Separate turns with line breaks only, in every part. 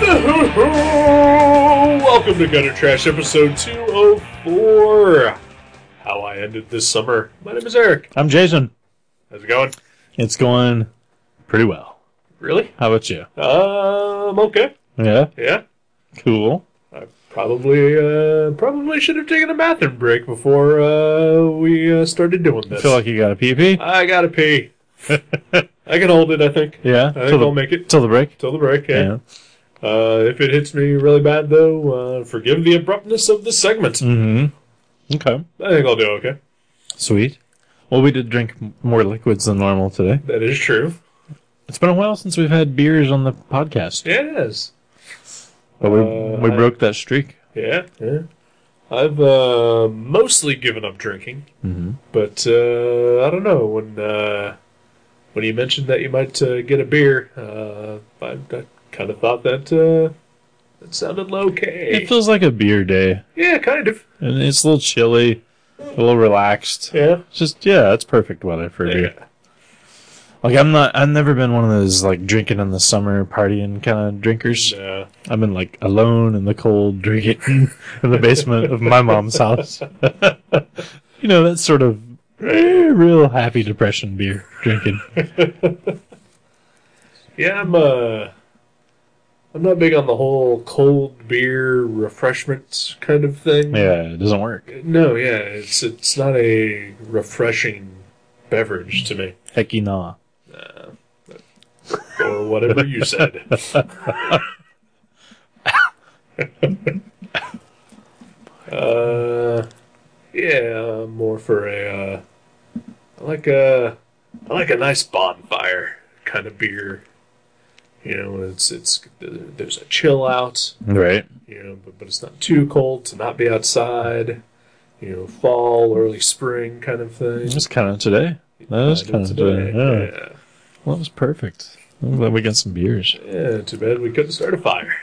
Welcome to Gutter Trash episode 204. How I ended this summer. My name is Eric.
I'm Jason.
How's it going?
It's going pretty well.
Really?
How about you?
Um, okay.
Yeah,
Yeah.
cool.
I probably uh, probably should have taken a bathroom break before uh, we uh, started doing
I
this.
feel like you got a pee pee.
I gotta pee. I can hold it, I think.
Yeah,
I think I'll
till the,
make it
till the break.
till the break. Yeah. Uh, if it hits me really bad, though, uh, forgive the abruptness of this segment.
Mm-hmm. Okay,
I think I'll do okay.
sweet. Well, we did drink m- more liquids than normal today.
That is true.
It's been a while since we've had beers on the podcast,
Yeah, it is.
but we
Uh,
we
I-
broke that streak.
Yeah, yeah. I've uh, mostly given up drinking,
Mm-hmm.
but uh, I don't know when uh, when you mentioned that you might uh, get a beer, uh, I, I kind of thought that uh, that sounded okay.
It feels like a beer day,
yeah, kind of.
and it's a little chilly, a little relaxed.
Yeah,
It's just yeah, it's perfect weather for a beer.
yeah.
Like I'm not, I've never been one of those like drinking in the summer, partying kind of drinkers.
No.
I've been like alone in the cold, drinking in the basement of my mom's house. you know, that sort of eh, real happy depression beer drinking.
Yeah, I'm. Uh, I'm not big on the whole cold beer refreshment kind of thing.
Yeah, it doesn't work.
No, yeah, it's it's not a refreshing beverage to me,
Hecky nah.
or whatever you said. uh, yeah, I'm more for a uh, I like a I like a nice bonfire kind of beer. You know, it's it's there's a chill out
Right.
you know, but, but it's not too cold to not be outside, you know, fall, early spring kind of thing.
It's kind of today. That was
Kinda
kind of today. Yeah.
Yeah.
Well, that was perfect. I'm glad we got some beers.
Yeah, too bad we couldn't start a fire.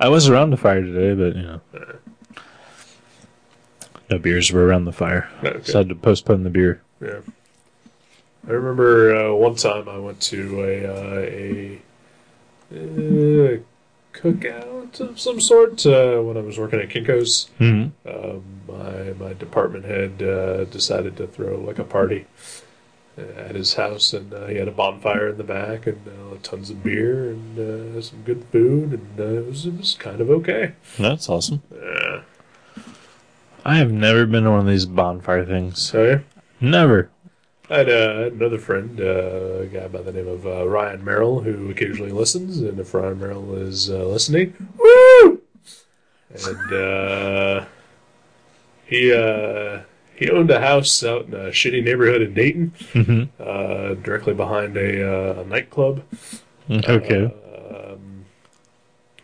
I was around the fire today, but you know, no beers were around the fire.
Okay.
So I had to postpone the beer.
Yeah. I remember uh, one time I went to a uh, a, uh cookout of some sort uh, when I was working at Kinko's.
Mm-hmm.
Um, my my department head uh, decided to throw like a party uh, at his house, and uh, he had a bonfire in the back and uh, tons of beer and uh, some good food, and uh, it, was, it was kind of okay.
That's awesome.
Yeah.
I have never been to one of these bonfire things.
So yeah,
Never.
I had, uh, I had another friend, uh, a guy by the name of uh, Ryan Merrill, who occasionally listens, and if Ryan Merrill is uh, listening, woo! And uh, he uh, he owned a house out in a shitty neighborhood in Dayton.
Mm-hmm.
uh, directly behind a, uh, a nightclub.
Okay.
Um,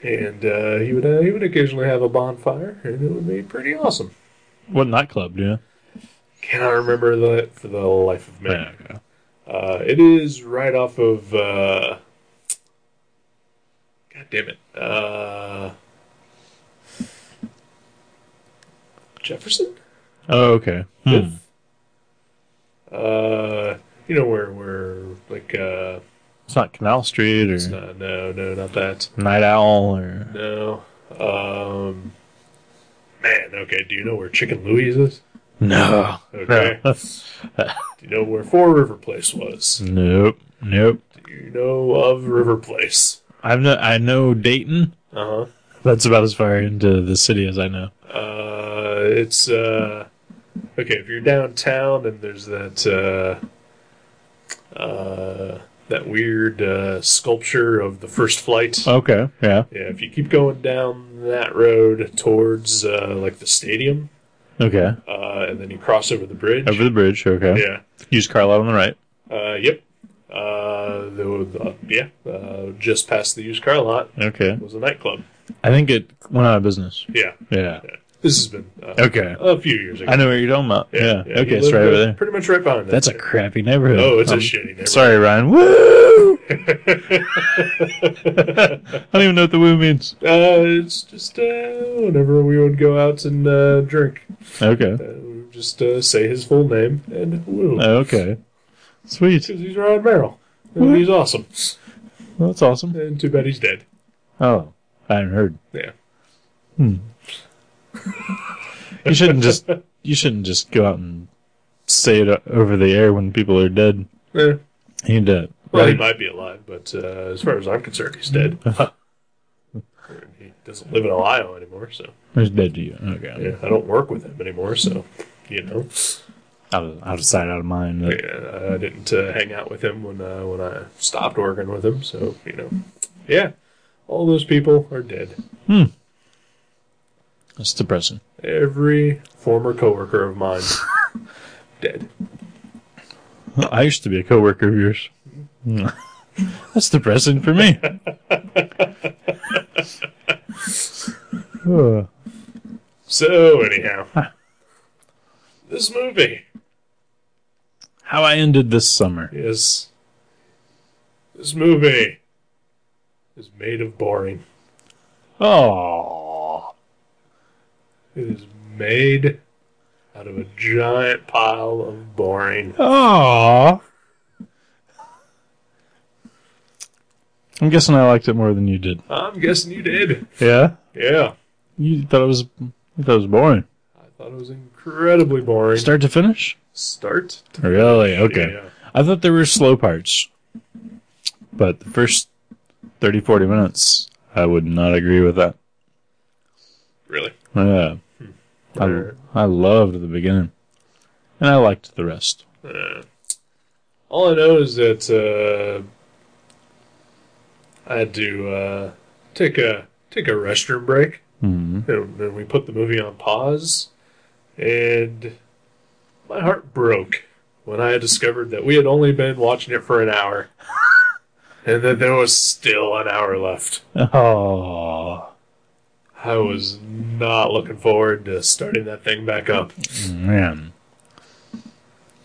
and uh, he would uh, he would occasionally have a bonfire, and it would be pretty awesome.
What nightclub do you know?
Cannot remember that for the life of me.
Yeah, okay.
Uh, it is right off of. Uh, God damn it, uh, Jefferson.
Oh, okay. Hmm.
Fifth? Uh, you know where where like uh,
It's not Canal Street or
it's not, no no not that.
Night Owl or.
No. Um. Man, okay. Do you know where Chicken Louise is?
No.
Okay.
No. Hmm.
Do you know where Four River Place was?
nope. Nope.
Do you know of River Place?
I've no, I know Dayton.
Uh
That's about as far into the city as I know.
huh. Uh, it's uh. Okay, if you're downtown and there's that uh. Uh, that weird uh, sculpture of the first flight.
Okay. Yeah.
Yeah, if you keep going down that road towards uh, like the stadium,
Okay.
uh, and then you cross over the bridge.
Over the bridge. Okay.
yeah.
Use car lot on the right.
Uh, yep. Uh, there was, uh, yeah, uh, just past the used car lot
Okay.
was a nightclub.
I think it went out of business.
Yeah.
Yeah.
This has been uh,
Okay.
a few years ago.
I know what you're talking about. Yeah.
yeah,
okay,
you
it's
live
right over there.
Pretty much right behind that.
That's a crappy neighborhood.
Oh, it's a
Um,
shitty neighborhood.
Sorry, Ryan. Woo! I
uh,
don't even know what the woo means.
it's just uh, whenever we would go out and uh, drink,
Okay. Oh,
uh, we would just uh, say his full name and woo.
Uh, Okay. Sweet.
Because he's Ryan Merrill. And
What?
he's awesome.
Well, that's awesome.
And too bad he's dead.
Oh, I haven't heard.
Yeah.
Hmm. you shouldn't just you shouldn't just go out and say it o- over the air when people are dead.
Eh,
You need to
well, he
write,
might be alive, but uh, as far as I'm concerned, he's dead.
Mm-hmm.
he doesn't live in Ohio anymore, so
it's dead to you. Okay.
yeah, I don't work with him anymore. So you know,
Out, of, out of sight, out of mind. That-
yeah, I didn't uh, hang out with him when uh, when I stopped working with him. So you know, yeah, all those people are dead.
That's depressing.
Every former coworker of mine dead.
I used to be a coworker of yours. That's depressing for me. Uh,
So anyhow, this movie
How I ended this summer.
is this movie is made of boring.
Oh,
It is made out of a giant pile of boring.
oh. I'm guessing I liked it more than you did.
I'm guessing you did.
Yeah,
Yeah.
you thought it was you thought it was boring,
I thought it was incredibly boring.
start to finish.
Start.
Really? Okay.
Yeah.
I thought there were slow parts, but the first 30, 40 minutes, I would not agree with that.
Really?
Yeah. I, I loved the beginning. And I liked the rest.
Uh, all I know is that uh, I had to uh, take a take a restroom break,
Mm-hmm.
and then we put the movie on pause, and my heart broke when I discovered that we had only been watching it for an hour, and that there was still an hour left.
Oh.
I was not looking forward to starting that thing back up.
Man.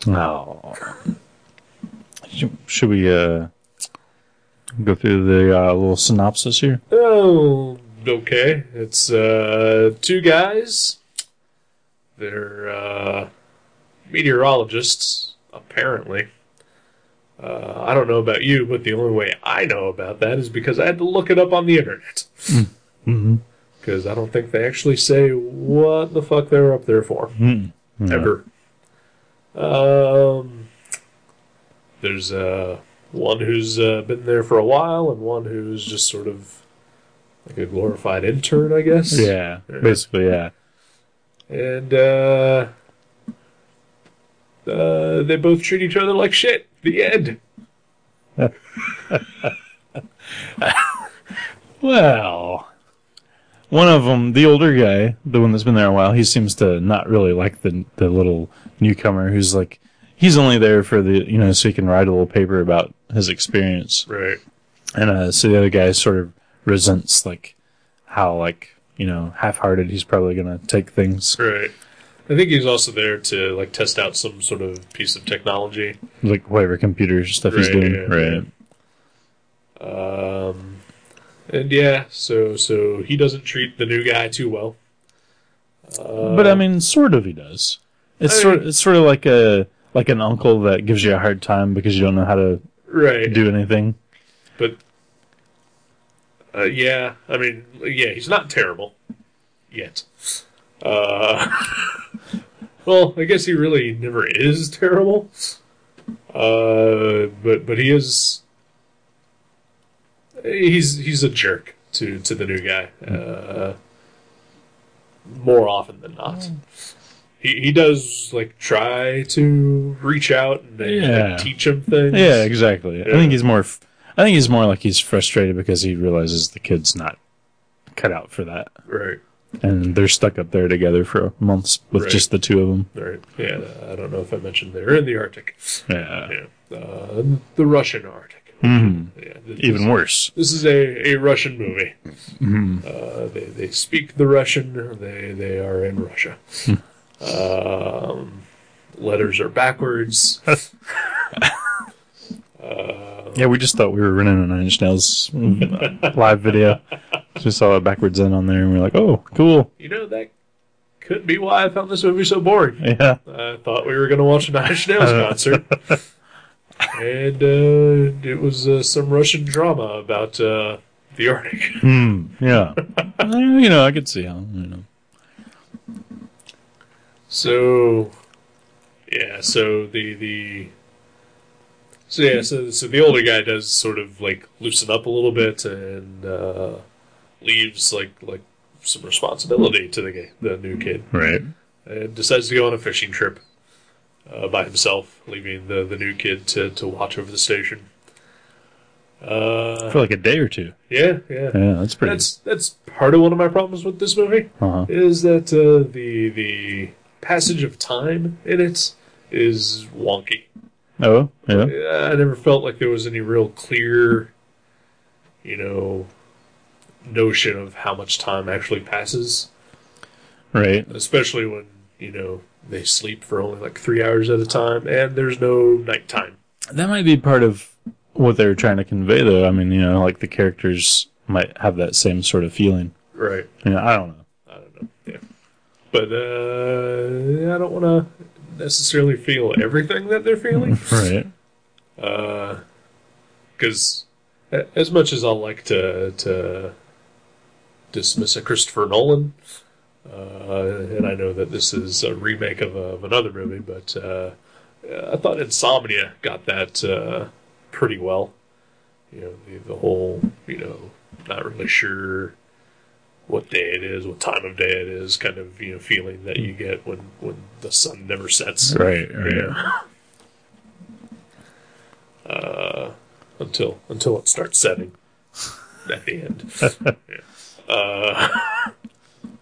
Oh. Should- Should we uh, go through the uh, little synopsis here?
Oh, okay. It's uh, two guys. They're uh, meteorologists, apparently. Uh, I don't know about you, but the only way I know about that is because I had to look it up on the internet.
Mm-hmm.
Because I don't think they actually say what the fuck they're up there for Mm-hmm. ever. Um, there's uh, one who's uh, been there for a while, and one who's just sort of like a glorified intern, I guess.
Yeah, basically, yeah.
And uh, uh, they both treat each other like shit. The end.
Well, one of them, the older guy, the one that's been there a while, he seems to not really like the the little newcomer who's like he's only there for the you know so he can write a little paper about his experience,
Right.
and uh, so the other guy sort of resents like how like you know half-hearted he's probably gonna take things
Right. I think he's also there to like test out some sort of piece of technology.
like whatever computer stuff he's
Right,
doing,
yeah, yeah.
right?
Um, and yeah, so so he doesn't treat the new guy too well. Uh,
but I mean, sort of he does. It's
I
sort
mean-
it's sort of like a like an uncle that gives you a hard time because you don't know how to
right?
do anything.
But uh, yeah, I mean, yeah, he's not terrible yet. Uh, well, I guess he really never is terrible. Uh, but but he is. He's he's a jerk to to the new guy. Uh, more often than not. He, he does like try to reach out and like,
Yeah.
teach him things.
Yeah, exactly. I
Yeah.
think he's more. f- I think he's more like he's frustrated because he realizes the kid's not cut out for that,
right.
and they're stuck up there together for months with
Right.
just the two of them.
Right. Yeah, I don't know if I mentioned they're in the Arctic.
Yeah.
Yeah. Uh, the Russian Arctic.
hmm
Yeah,
Even Mm-hmm. worse.
This is a, a Russian movie. Uh, they, they speak the Russian. They they are in Russia.
Hmm.
um, letters are backwards. uh,
Yeah, we just thought we were running a Nine Inch Nails mm, live video. So we saw a backwards in on there, and we are like, "Oh, cool."
you know that could be why I found this movie so boring.
Yeah,
I thought we were going to watch a Nine Inch Nails
Uh.
concert, and uh, it was uh, some Russian drama about uh, the Arctic.
Hmm. yeah. Uh, you know, I could see how. You know.
So, yeah. So the the so yeah. So so the older guy does sort of like loosen up a little bit and uh, leaves like like some responsibility to the ga- the new kid
Right.
and decides to go on a fishing trip uh, by himself, leaving the the new kid to to watch over the station. Uh,
For like a day or two.
yeah, yeah.
Yeah, that's pretty.
That's that's part of one of my problems with this movie
uh-huh.
is that uh, the the passage of time in it is wonky.
Oh, yeah.
Uh, I never felt like there was any real clear, you know, notion of how much time actually passes,
Right.
especially when you know they sleep for only like three hours at a time and there's no nighttime.
That might be part of what they were trying to convey, though. I mean, you know, like the characters might have that same sort of feeling.
Right.
You know, I don't know.
I don't know. Yeah. But uh, I don't want to necessarily feel everything that they're feeling.
Right.
because Uh, as much as I like to to dismiss a Christopher Nolan, uh, and I know that this is a remake of, a, of another movie, but uh, I thought Insomnia got that uh, pretty well. You know, the, the whole you know not really sure what day it is, what time of day it is, kind of you know feeling that you get when when the sun never sets.
Right.
Oh, Yeah. Uh, until until it starts setting at the end. yeah. Uh,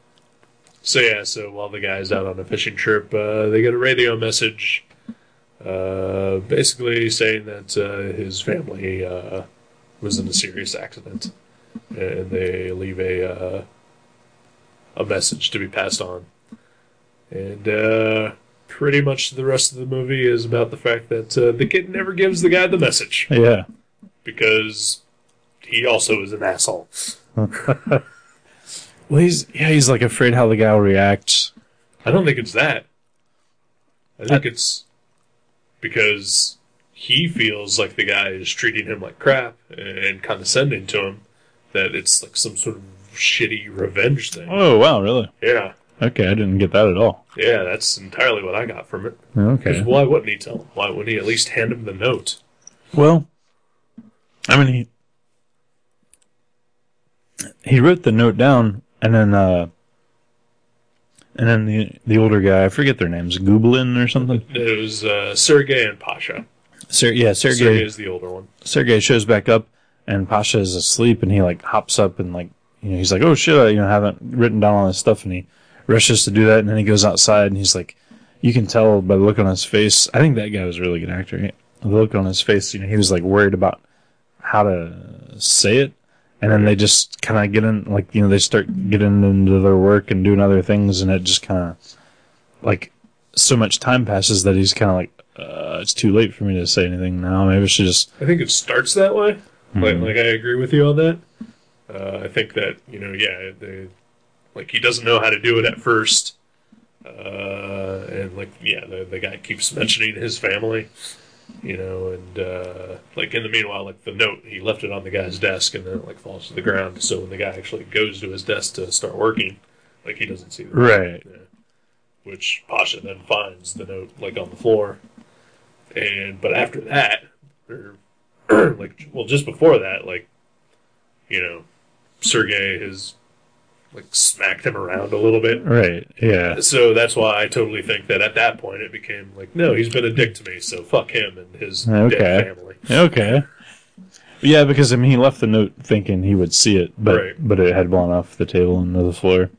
so yeah, so while the guy's out on a fishing trip, uh, they get a radio message, uh, basically saying that uh, his family uh, was in a serious accident, and they leave a uh, a message to be passed on. And uh, pretty much the rest of the movie is about the fact that uh, the kid never gives the guy the message
Yeah.
because he also is an asshole.
Well, he's yeah, he's like afraid how the guy will react.
I don't think it's that. I think it's because he feels like the guy is treating him like crap and condescending to him that it's like some sort of shitty revenge thing.
Oh wow, really?
Yeah.
Okay, I didn't get that at all.
Yeah, that's entirely what I got from it.
Okay.
'Cause Why wouldn't he tell him? Why wouldn't he at least hand him the note?
Well, I mean, he he wrote the note down, and then uh, and then the the older guy, I forget their names, Gublin or something.
It was uh, Sergey and Pasha.
Ser- yeah,
Sergey
Sergey.
is the older one.
Sergey shows back up, and Pasha is asleep, and he like hops up and like you know he's like, oh shit, I you know haven't written down all this stuff, and he rushes to do that, and then he goes outside, and he's like, you can tell by the look on his face. I think that guy was a really good actor. He- The look on his face, you know, he was like worried about how to say it, and then they just kind of get in, like you know, they start getting into their work and doing other things, and it just kind of like so much time passes that he's kind of like. Uh, it's too late for me to say anything now. Maybe I should just
I think it starts that way. Like, like I agree with you on that. Uh, I think that you know, yeah, they, like he doesn't know how to do it at first, uh, and like yeah, the, the guy keeps mentioning his family, you know, and uh, like in the meanwhile, like the note he left it on the guy's desk, and then it like falls to the ground. So when the guy actually goes to his desk to start working, like he doesn't see the note,
Right.
which Pasha then finds the note like on the floor, and but after that, or like well just before that like you know sergey has like smacked him around a little bit
Right. Yeah.
so that's why i totally think that at that point it became like no he's been a dick to me so fuck him and his
Okay.
dead family
Okay. Yeah, because I mean, he left the note thinking he would see it, but
Right.
but it had blown off the table and to the floor.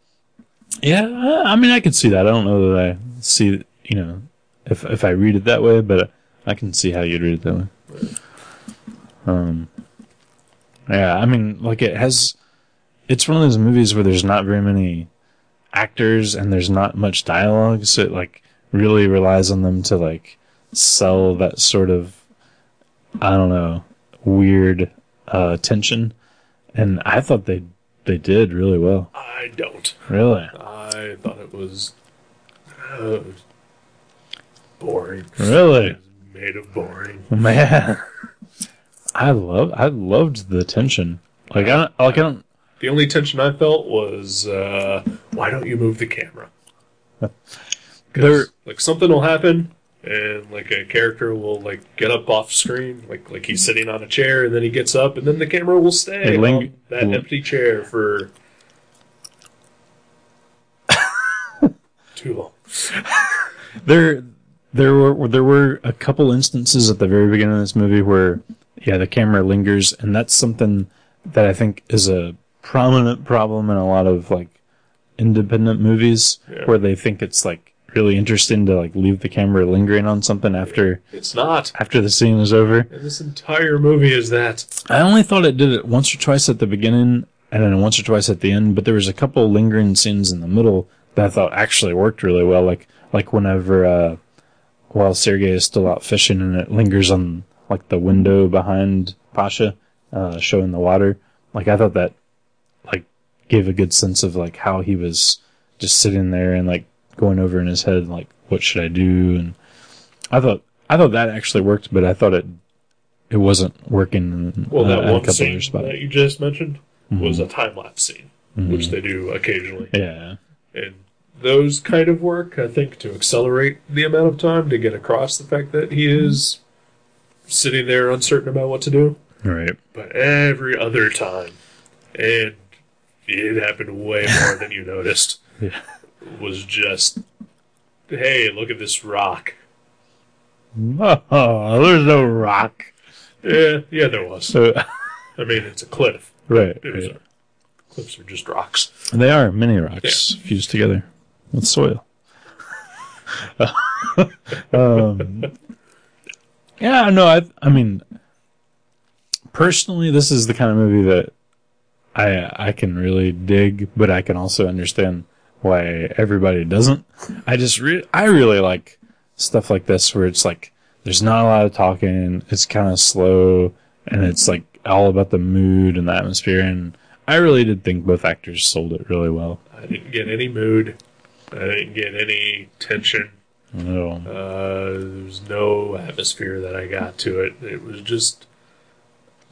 Yeah, I I mean, I could see that. I don't know that I see, you know, if if I read it that way, but I can see how you'd read it that way. Um, yeah, I mean, like it has. It's one of those movies where there's not very many actors and there's not much dialogue, so it like really relies on them to like sell that sort of I don't know weird uh, tension. And I thought they they did really well.
I don't.
Really,
I thought it was, uh, it was boring.
really.
It was made of boring.
Man, I love I loved the tension. Like I don't, like I don't.
The only tension I felt was, uh, why don't you move the camera? 'Cause,
There,
like something will happen, and like a character will like get up off screen, like like he's sitting on a chair, and then he gets up, and then the camera will stay
Hey, Ling-
on that
L-
empty chair for too long.
there, there were there were a couple instances at the very beginning of this movie where yeah the camera lingers, and that's something that I think is a prominent problem in a lot of like independent movies
Yeah.
where they think it's like really interesting to like leave the camera lingering on something after
It's not.
after the scene is over.
And this entire movie is that.
I only thought it did it once or twice at the beginning and then once or twice at the end, but there was a couple lingering scenes in the middle that I thought actually worked really well. Like like whenever uh while Sergei is still out fishing and it lingers on like the window behind Pasha, uh showing the water. Like I thought that like gave a good sense of like how he was just sitting there and like going over in his head like what should I do and I thought I thought that actually worked, but I thought it it wasn't working.
Well,
uh,
that
at a
one
couple Mm-hmm.
scene
other spots.
that you just mentioned was a time lapse scene,
Mm-hmm.
which they do occasionally.
Yeah,
and those kind of work, I think, to accelerate the amount of time to get across the fact that he is sitting there uncertain about what to do.
right.
But every other time, and it happened way more than you noticed,
Yeah.
was just, hey, look at this rock.
Oh, there's no rock.
Yeah, yeah, there was.
So
I mean, it's a cliff.
right,
It was
right.
a- cliffs are just rocks.
they are mini rocks fused together with soil. um, yeah, no, I I mean, personally, this is the kind of movie that I I can really dig, but I can also understand why everybody doesn't. I just re- I really like stuff like this where it's like there's not a lot of talking, it's kind of slow, and it's like all about the mood and the atmosphere. And I really did think both actors sold it really well.
I didn't get any mood. I didn't get any tension.
No,
Uh, there was no atmosphere that I got to it. It was just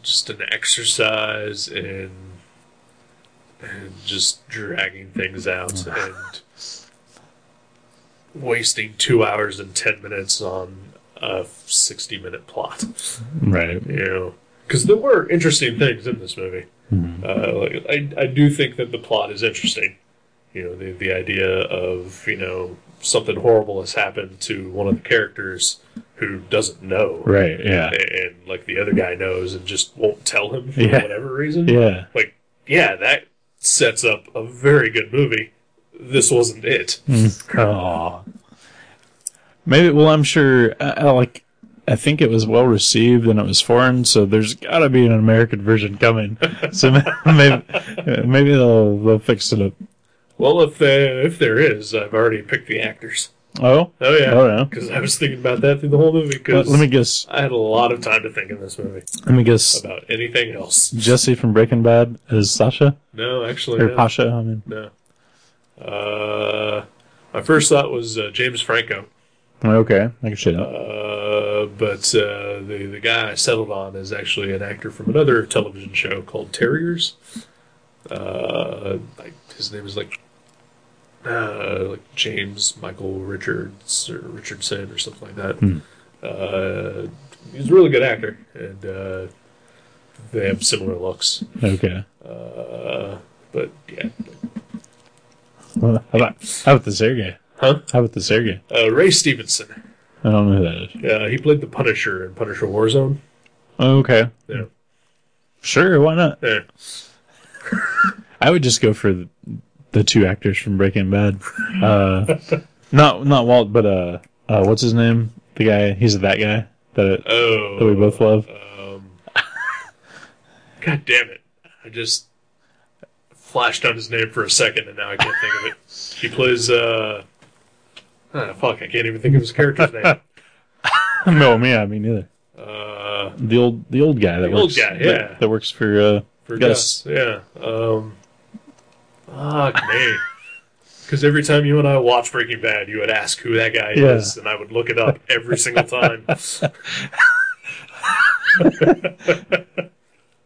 just an exercise in and just dragging things out and wasting two hours and ten minutes on a sixty minute plot.
right.
You know, because there were interesting things in this movie.
Hmm.
Uh, like, I I do think that the plot is interesting. You know, the the idea of you know something horrible has happened to one of the characters who doesn't know,
Right. Yeah.
and, like the other guy knows and just won't tell him for
Yeah.
whatever reason.
Yeah.
Like, yeah, that sets up a very good movie. This wasn't it.
Oh. Maybe. Well, I'm sure. I, I like. I think it was well received and it was foreign, so there's got to be an American version coming. So maybe maybe they'll they'll fix it up.
Well, if there, if there is, I've already picked the actors.
Oh.
Oh yeah,
Oh no.
Because I was thinking about that through the whole movie.
Let,
Because
let me guess.
I had a lot of time to think in this movie
Let me guess.
about anything else.
Jesse from Breaking Bad is Sasha
No, actually,
or
no.
Pasha. I mean.
no. Uh, my first thought was uh, James Franco,
Okay. I can shit up.
uh, but uh, the the guy I settled on is actually an actor from another television show called Terriers. Uh, like his name is like uh, like James Michael Richards or Richardson or something like that. Uh, he's a really good actor, and uh, they have similar looks.
Okay.
Uh, but yeah,
Well, how about how about the Sergey?
Huh?
How about the Sergey?
uh, Ray Stevenson.
I don't know who that is.
Uh, he played the Punisher in Punisher Warzone.
Okay.
Yeah.
Sure. Why not?
Yeah.
I would just go for the, the two actors from Breaking Bad. Uh, not not Walt, but uh, uh, what's his name? The guy. He's that guy that,
Oh,
that we both love.
Um, God damn it. I just flashed on his name for a second and now I can't think of it. He plays, uh, ah, fuck, I can't even think of his character's name.
no, me, I mean neither.
Uh,
The old the old guy that
The old
works
guy,
that-
yeah.
that, works for uh
for
Gus.
Gus. Yeah. Um, fuck me. Because every time you and I watch Breaking Bad, you would ask who that guy
Yeah.
is, and I would look it up every single time.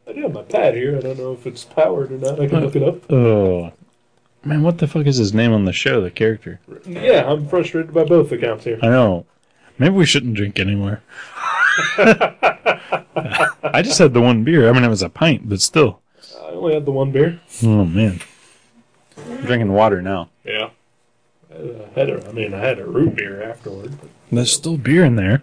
I do have my pad here. I don't know if it's powered or not. I can look it up.
oh man, what the fuck is his name on the show? The character.
Yeah, I'm frustrated by both accounts here.
I know. Maybe we shouldn't drink anymore. I just had the one beer. I mean, it was a pint, but still.
I only had the one beer.
Oh man, I'm drinking water now.
Yeah. I Uh, had a, I mean, I had a root beer afterward.
There's still beer in there.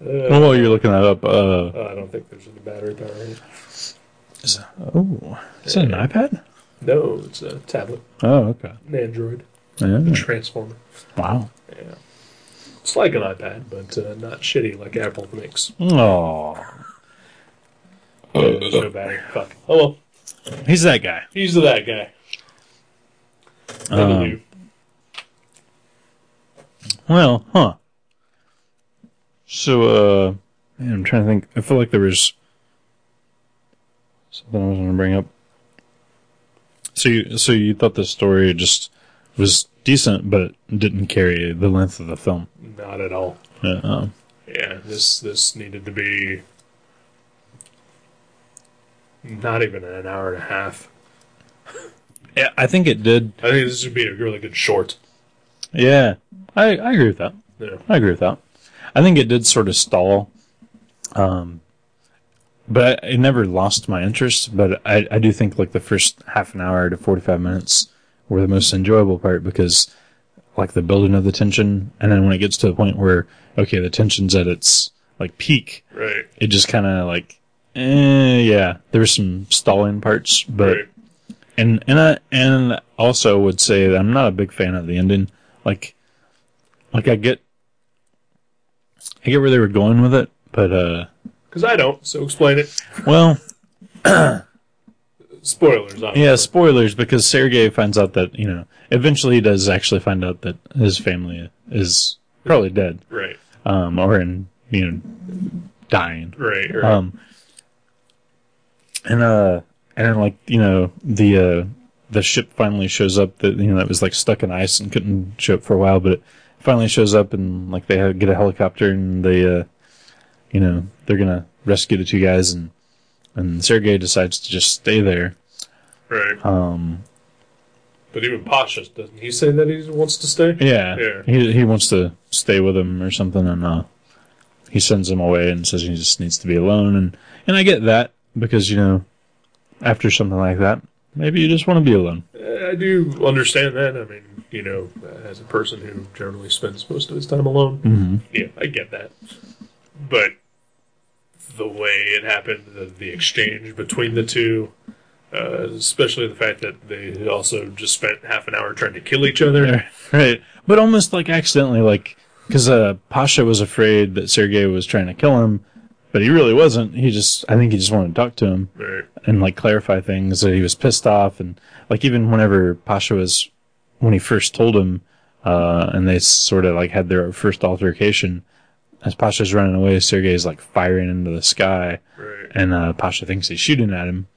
But,
Oh, while you're looking that up, uh,
uh, I don't think there's any battery power in it.
is, oh, is that an iPad?
No, it's a tablet,
Oh, okay.
an Android,
Yeah.
transformer.
Wow.
Yeah. It's like an iPad, but uh, not shitty like Apple makes.
Oh,
Uh, there's no battery. Fuck. Oh well,
he's that guy.
he's that guy. Nothing
Um,
new.
Well, huh. So, uh, man, I'm trying to think. I feel like there was something I was going to bring up. So, you, so you thought the story just was decent, but it didn't carry the length of the film.
Not at all.
Yeah, um,
Yeah, this this needed to be not even an hour and a half.
yeah, I think it did.
I think this would be a really good short.
Yeah, I, I agree with that.
Yeah.
I agree with that. I think it did sort of stall, um, but it never lost my interest. But I, I do think like the first half an hour to forty five minutes were the most enjoyable part because like the building of the tension, and then when it gets to the point where okay, the tension's at its like peak,
Right.
it just kind of like eh, yeah, there were some stalling parts, but
Right.
and and I and also would say that I'm not a big fan of the ending. Like, like I get, I get where they were going with it, but uh,
Because I don't. So explain it.
well,
Spoilers. Obviously.
yeah, spoilers because Sergei finds out that you know eventually he does actually find out that his family is probably dead,
Right.
um, or in you know, dying.
Right. Right.
Um, and uh, and then like you know the uh, the ship finally shows up that you know that was like stuck in ice and couldn't show up for a while, but it finally shows up and like they get a helicopter and they uh, you know they're gonna rescue the two guys and and Sergei decides to just stay there.
right.
Um,
But even Pasha doesn't. He say that he wants to stay.
yeah,
Yeah.
he he wants to stay with him or something, and uh, he sends him away and says he just needs to be alone. And and I get that because you know after something like that, maybe you just want to be alone.
I do understand that. I mean, you know, as a person who generally spends most of his time alone,
Mhm.
yeah, I get that. But the way it happened, the, the exchange between the two, uh, especially the fact that they also just spent half an hour trying to kill each other.
right? But almost like accidentally, like because uh, Pasha was afraid that Sergei was trying to kill him, but he really wasn't. He just I think he just wanted to talk to him
Right.
and like clarify things. That he was pissed off and like even whenever Pasha was when he first told him, uh, and they sort of like had their first altercation. As Pasha's running away, Sergei's like firing into the sky
Right.
and uh, Pasha thinks he's shooting at him.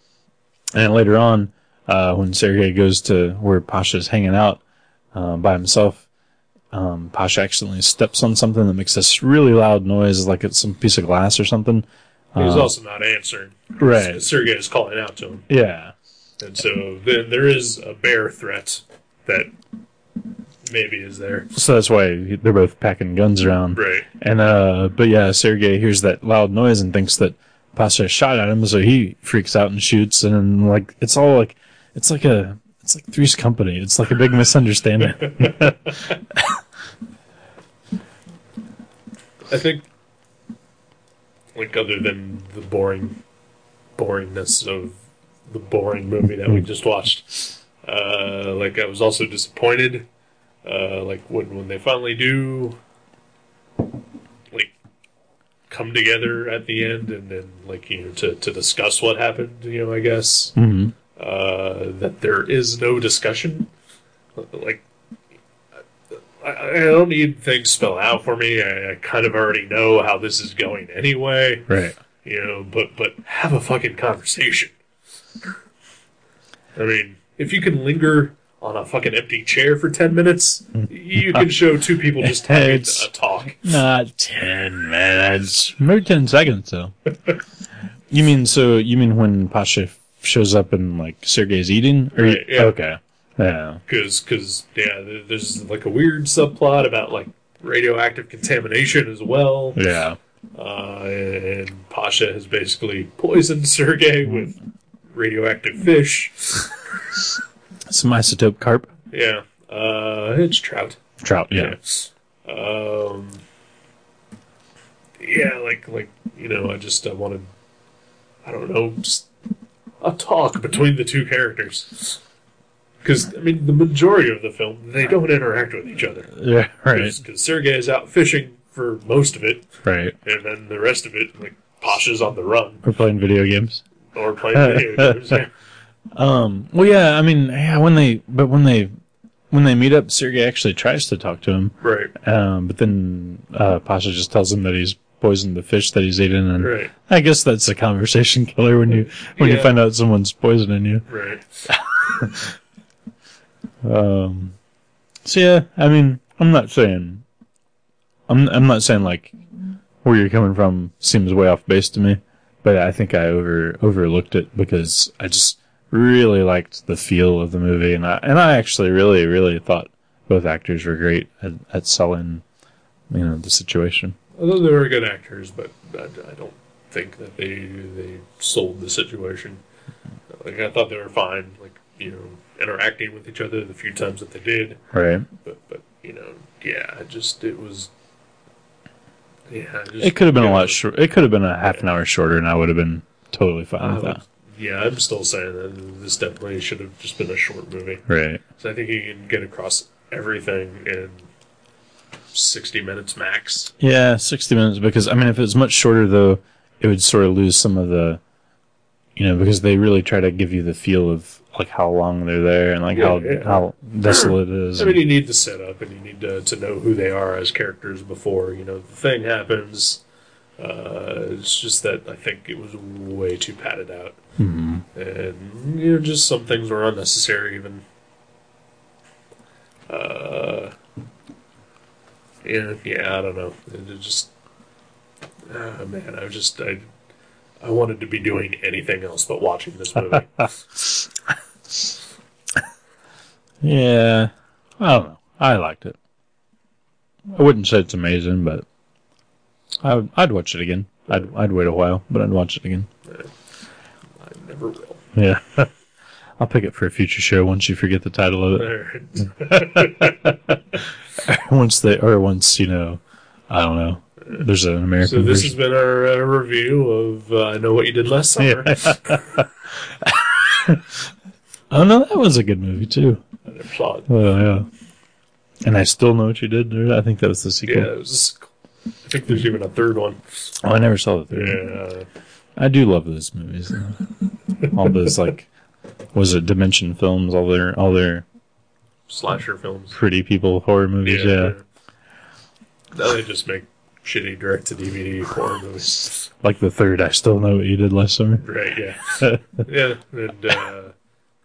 And then later on, uh, when Sergei goes to where Pasha's hanging out uh, by himself, um, Pasha accidentally steps on something that makes this really loud noise, like it's some piece of glass or something.
He's
Uh,
also not answering.
Right.
Sergei is calling out to him.
Yeah.
And so then there is a bear threat that maybe is there.
So that's why he- they're both packing guns around.
Right.
And uh, but yeah, Sergei hears that loud noise and thinks that Pasha shot at him, so he freaks out and shoots. And then, like it's all like it's like a it's like Three's Company. It's like a big misunderstanding.
I think, like, other than the boring, boringness of the boring movie that we just watched, uh, like, I was also disappointed, uh, like, when, when they finally do, like, come together at the end and then like you know to, to discuss what happened you know i guess
Mm-hmm.
uh, that there is no discussion like I, I don't need things spelled out for me I, I kind of already know how this is going anyway
Right.
you know but but have a fucking conversation i mean if you can linger on a fucking empty chair for 10 minutes you can show two people just having
It's-
a talk
Not ten minutes. Maybe ten seconds though. you mean so? You mean when Pasha shows up and like Sergey's eating? Or
Right, yeah.
Okay. Yeah.
because yeah th- there's like a weird subplot about like radioactive contamination as well
Yeah.
uh, and pasha has basically poisoned sergey with radioactive fish
Some isotope carp
yeah uh, it's trout
trout. Yeah.
Yeah. Um. Yeah, like like you know, I just I wanted, I don't know, just a talk between the two characters. Because I mean, the majority of the film they don't interact with each other.
Yeah. right.
Because Sergei is out fishing for most of it,
Right.
and then the rest of it, like Pasha's on the run
We're playing video games.
or playing video games. Yeah.
Um. Well, yeah. I mean, yeah. When they, but when they, when they meet up, Sergey actually tries to talk to him.
Right,
Um. But then uh, Pasha just tells him that he's poisoned the fish that he's eaten, and
right,
I guess that's a conversation killer when you when
Yeah.
you find out someone's poisoning you.
right.
Um, so yeah, I mean, I'm not saying, I'm I'm not saying like where you're coming from seems way off base to me, but I think I over overlooked it because I just really liked the feel of the movie, and I and I actually really really thought both actors were great at, at selling, you know, the situation.
Although they were good actors, but I, I don't think that they they sold the situation. Like I thought they were fine, like you know, interacting with each other the few times that they did.
Right.
But but you know, yeah, I just it was. Yeah, I just,
It could have been
yeah,
a lot short. It could have been a half an hour shorter, and I would have been totally fine
I
with
would-
that.
Uh, yeah, I'm still saying that this definitely should have just been a short movie.
Right.
So I think you can get across everything in sixty minutes max.
Yeah, 60 minutes because I mean if it was much shorter though, it would sort of lose some of the you know because they really try to give you the feel of like how long they're there and like how
Yeah, yeah.
how desolate it is.
I mean, you need to set up and you need to, to know who they are as characters before, you know, the thing happens. Uh, it's just that I think it was way too padded out.
Mhm.
And, you know, just some things were unnecessary, even. Uh, yeah, yeah, I don't know. It it just. ah, man, I just. I, I wanted to be doing anything else but watching this movie.
Yeah. I don't know. I liked it. I wouldn't say it's amazing, but I would, I'd watch it again. I'd I'd wait a while, but I'd watch it again.
I never will.
Yeah. I'll pick it for a future show once you forget the title of it. once they or once you know i don't know there's an
So
american
this has
version.
been our uh, review of uh, I know what you did last summer.
oh no that was a good movie too
And applaud.
oh yeah and i still know what you did there i think that was the sequel
Yeah, it was. I think there's even a third one.
oh i never saw the third one.
Yeah,
i do love those movies though. all those like was it dimension films all their all their
slasher films.
pretty people horror movies yeah,
Now they just make shitty direct to DVD horror movies.
like the third i still know what you did last summer
Right? Yeah. yeah, and uh,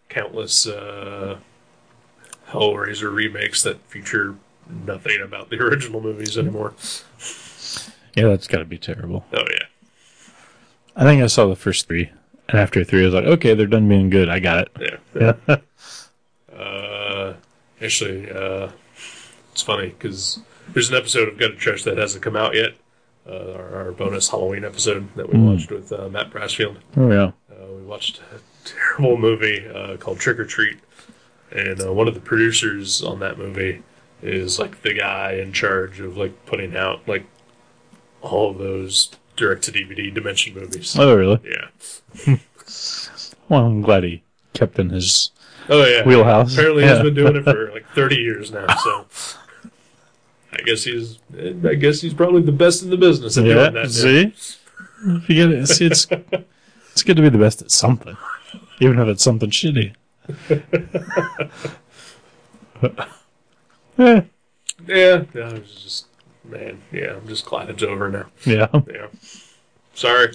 countless uh, Hellraiser remakes that feature nothing about the original movies anymore.
yeah that's got to be terrible
Oh yeah.
i think i saw the first three and after three i was like okay they're done being good i got it
Yeah.
Yeah.
uh, actually, uh, it's funny because there's an episode of Got to Trash that hasn't come out yet. Uh, our, our bonus Halloween episode that we watched with uh, Matt Brassfield.
oh yeah
Uh, we watched a terrible movie uh, called Trick or Treat, and uh, one of the producers on that movie is like the guy in charge of like putting out like all of those direct to DVD Dimension movies.
Oh, really?
Yeah.
Well, I'm glad he kept in his.
Oh yeah.
Wheelhouse.
Apparently, he's
Yeah.
been doing it for like 30 years now. So I guess he's. I guess he's probably the best in the business at doing
Yeah,
that.
see, if you get it, see, it's it's good to be the best at something, even if it's something shitty. Eh,
Yeah, no, I was just man. Yeah, I'm just glad it's over now.
yeah. eh,
Yeah, sorry.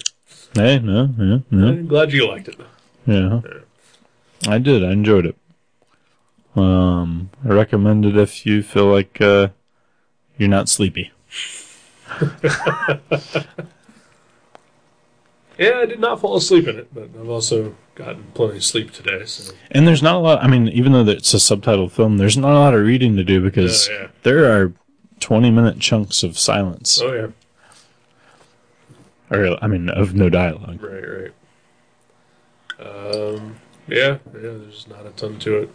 Hey, no, yeah, no,
I'm glad you liked it though.
yeah. I did. I enjoyed it. Um, I recommend it if you feel like uh, you're not sleepy.
Yeah, I did not fall asleep in it, but I've also gotten plenty of sleep today. So
And there's not a lot. I mean, even though it's a subtitled film, there's not a lot of reading to do because
Yeah, yeah.
there are 20 minute chunks of silence,
oh yeah,
or I mean, of no dialogue.
right, right. Um, yeah, yeah. There's not a ton to it,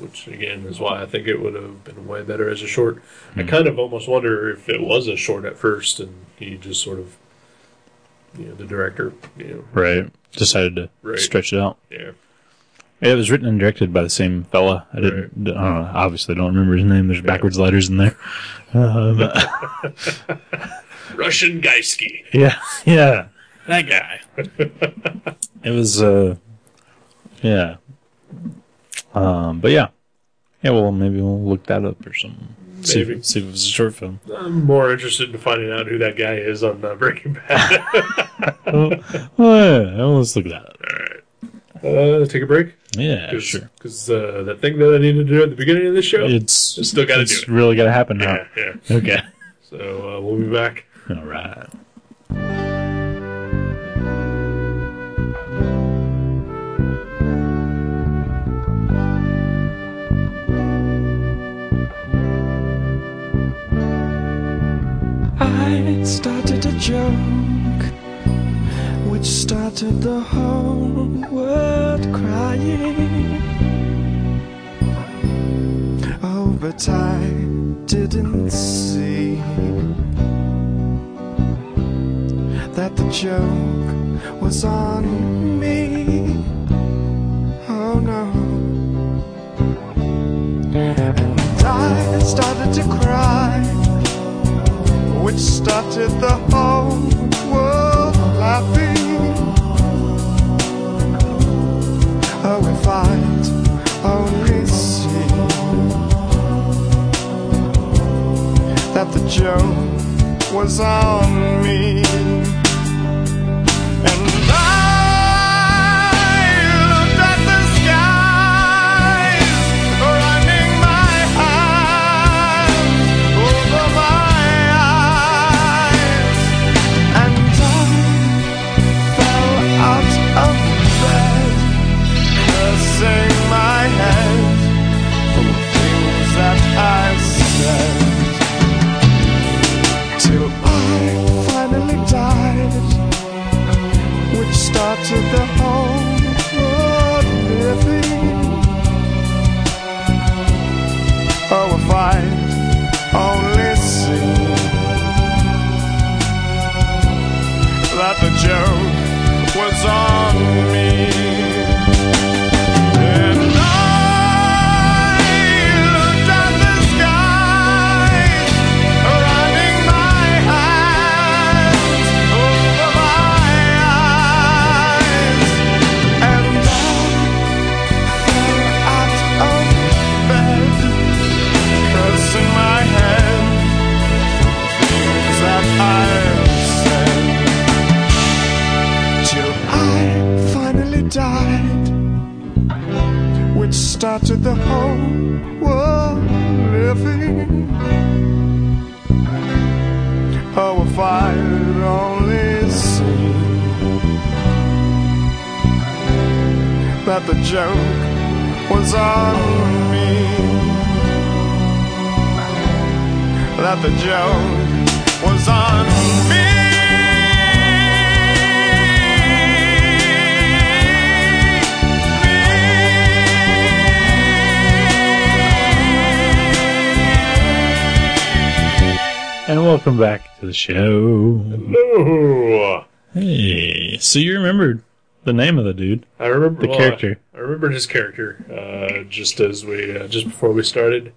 which again is why I think it would have been way better as a short. I
Hmm.
kind of almost wonder if it was a short at first, and he just sort of, you know, the director, you
Right. Decided to
Right.
stretch it out.
know, yeah,
It was written and directed by the same fella. I didn't. I don't know, obviously, don't remember his name. There's backwards letters in there. Uh, but-
Russian Geisky.
yeah, yeah.
That guy.
It was, uh, yeah. Um, but yeah, yeah. Well, maybe we'll look that up or something. See,
Maybe.
if, see if it was a short film.
I'm more interested in finding out who that guy is on uh, Breaking Bad.
oh, well, yeah, well, let's look that up.
uh, take a break.
Yeah,
Cause,
sure.
'cause, uh, that thing that I needed to do at the beginning of the show.
It's
Just still gotta
it's
do
really gotta happen now.
Yeah, yeah.
Okay.
So uh, we'll be back.
All right.
I started a joke which started the whole world crying. Oh, but I didn't see that the joke was on me. Oh no. And I started to cry which started the whole world laughing. Oh, if I'd only seen that the joke was on me. And I looked at the skies running my hand over my eyes, and I fell out of bed, cursing my head for the things that I said. Till I finally died which started the whole world living. Oh, if I only see that the joke was on me. And I looked at the skies running my hands over my eyes, and I fell out of bed, cursing my head for things that I've said. Till I finally died, which started the whole world living. Oh, if I would only see that the joke was on me, that the joke was on
And welcome back to the show.
No,
Hey, so you remembered the name of the dude?
I remember
The
well,
character.
I, I remember his character. Uh, just as we, uh, just before we started,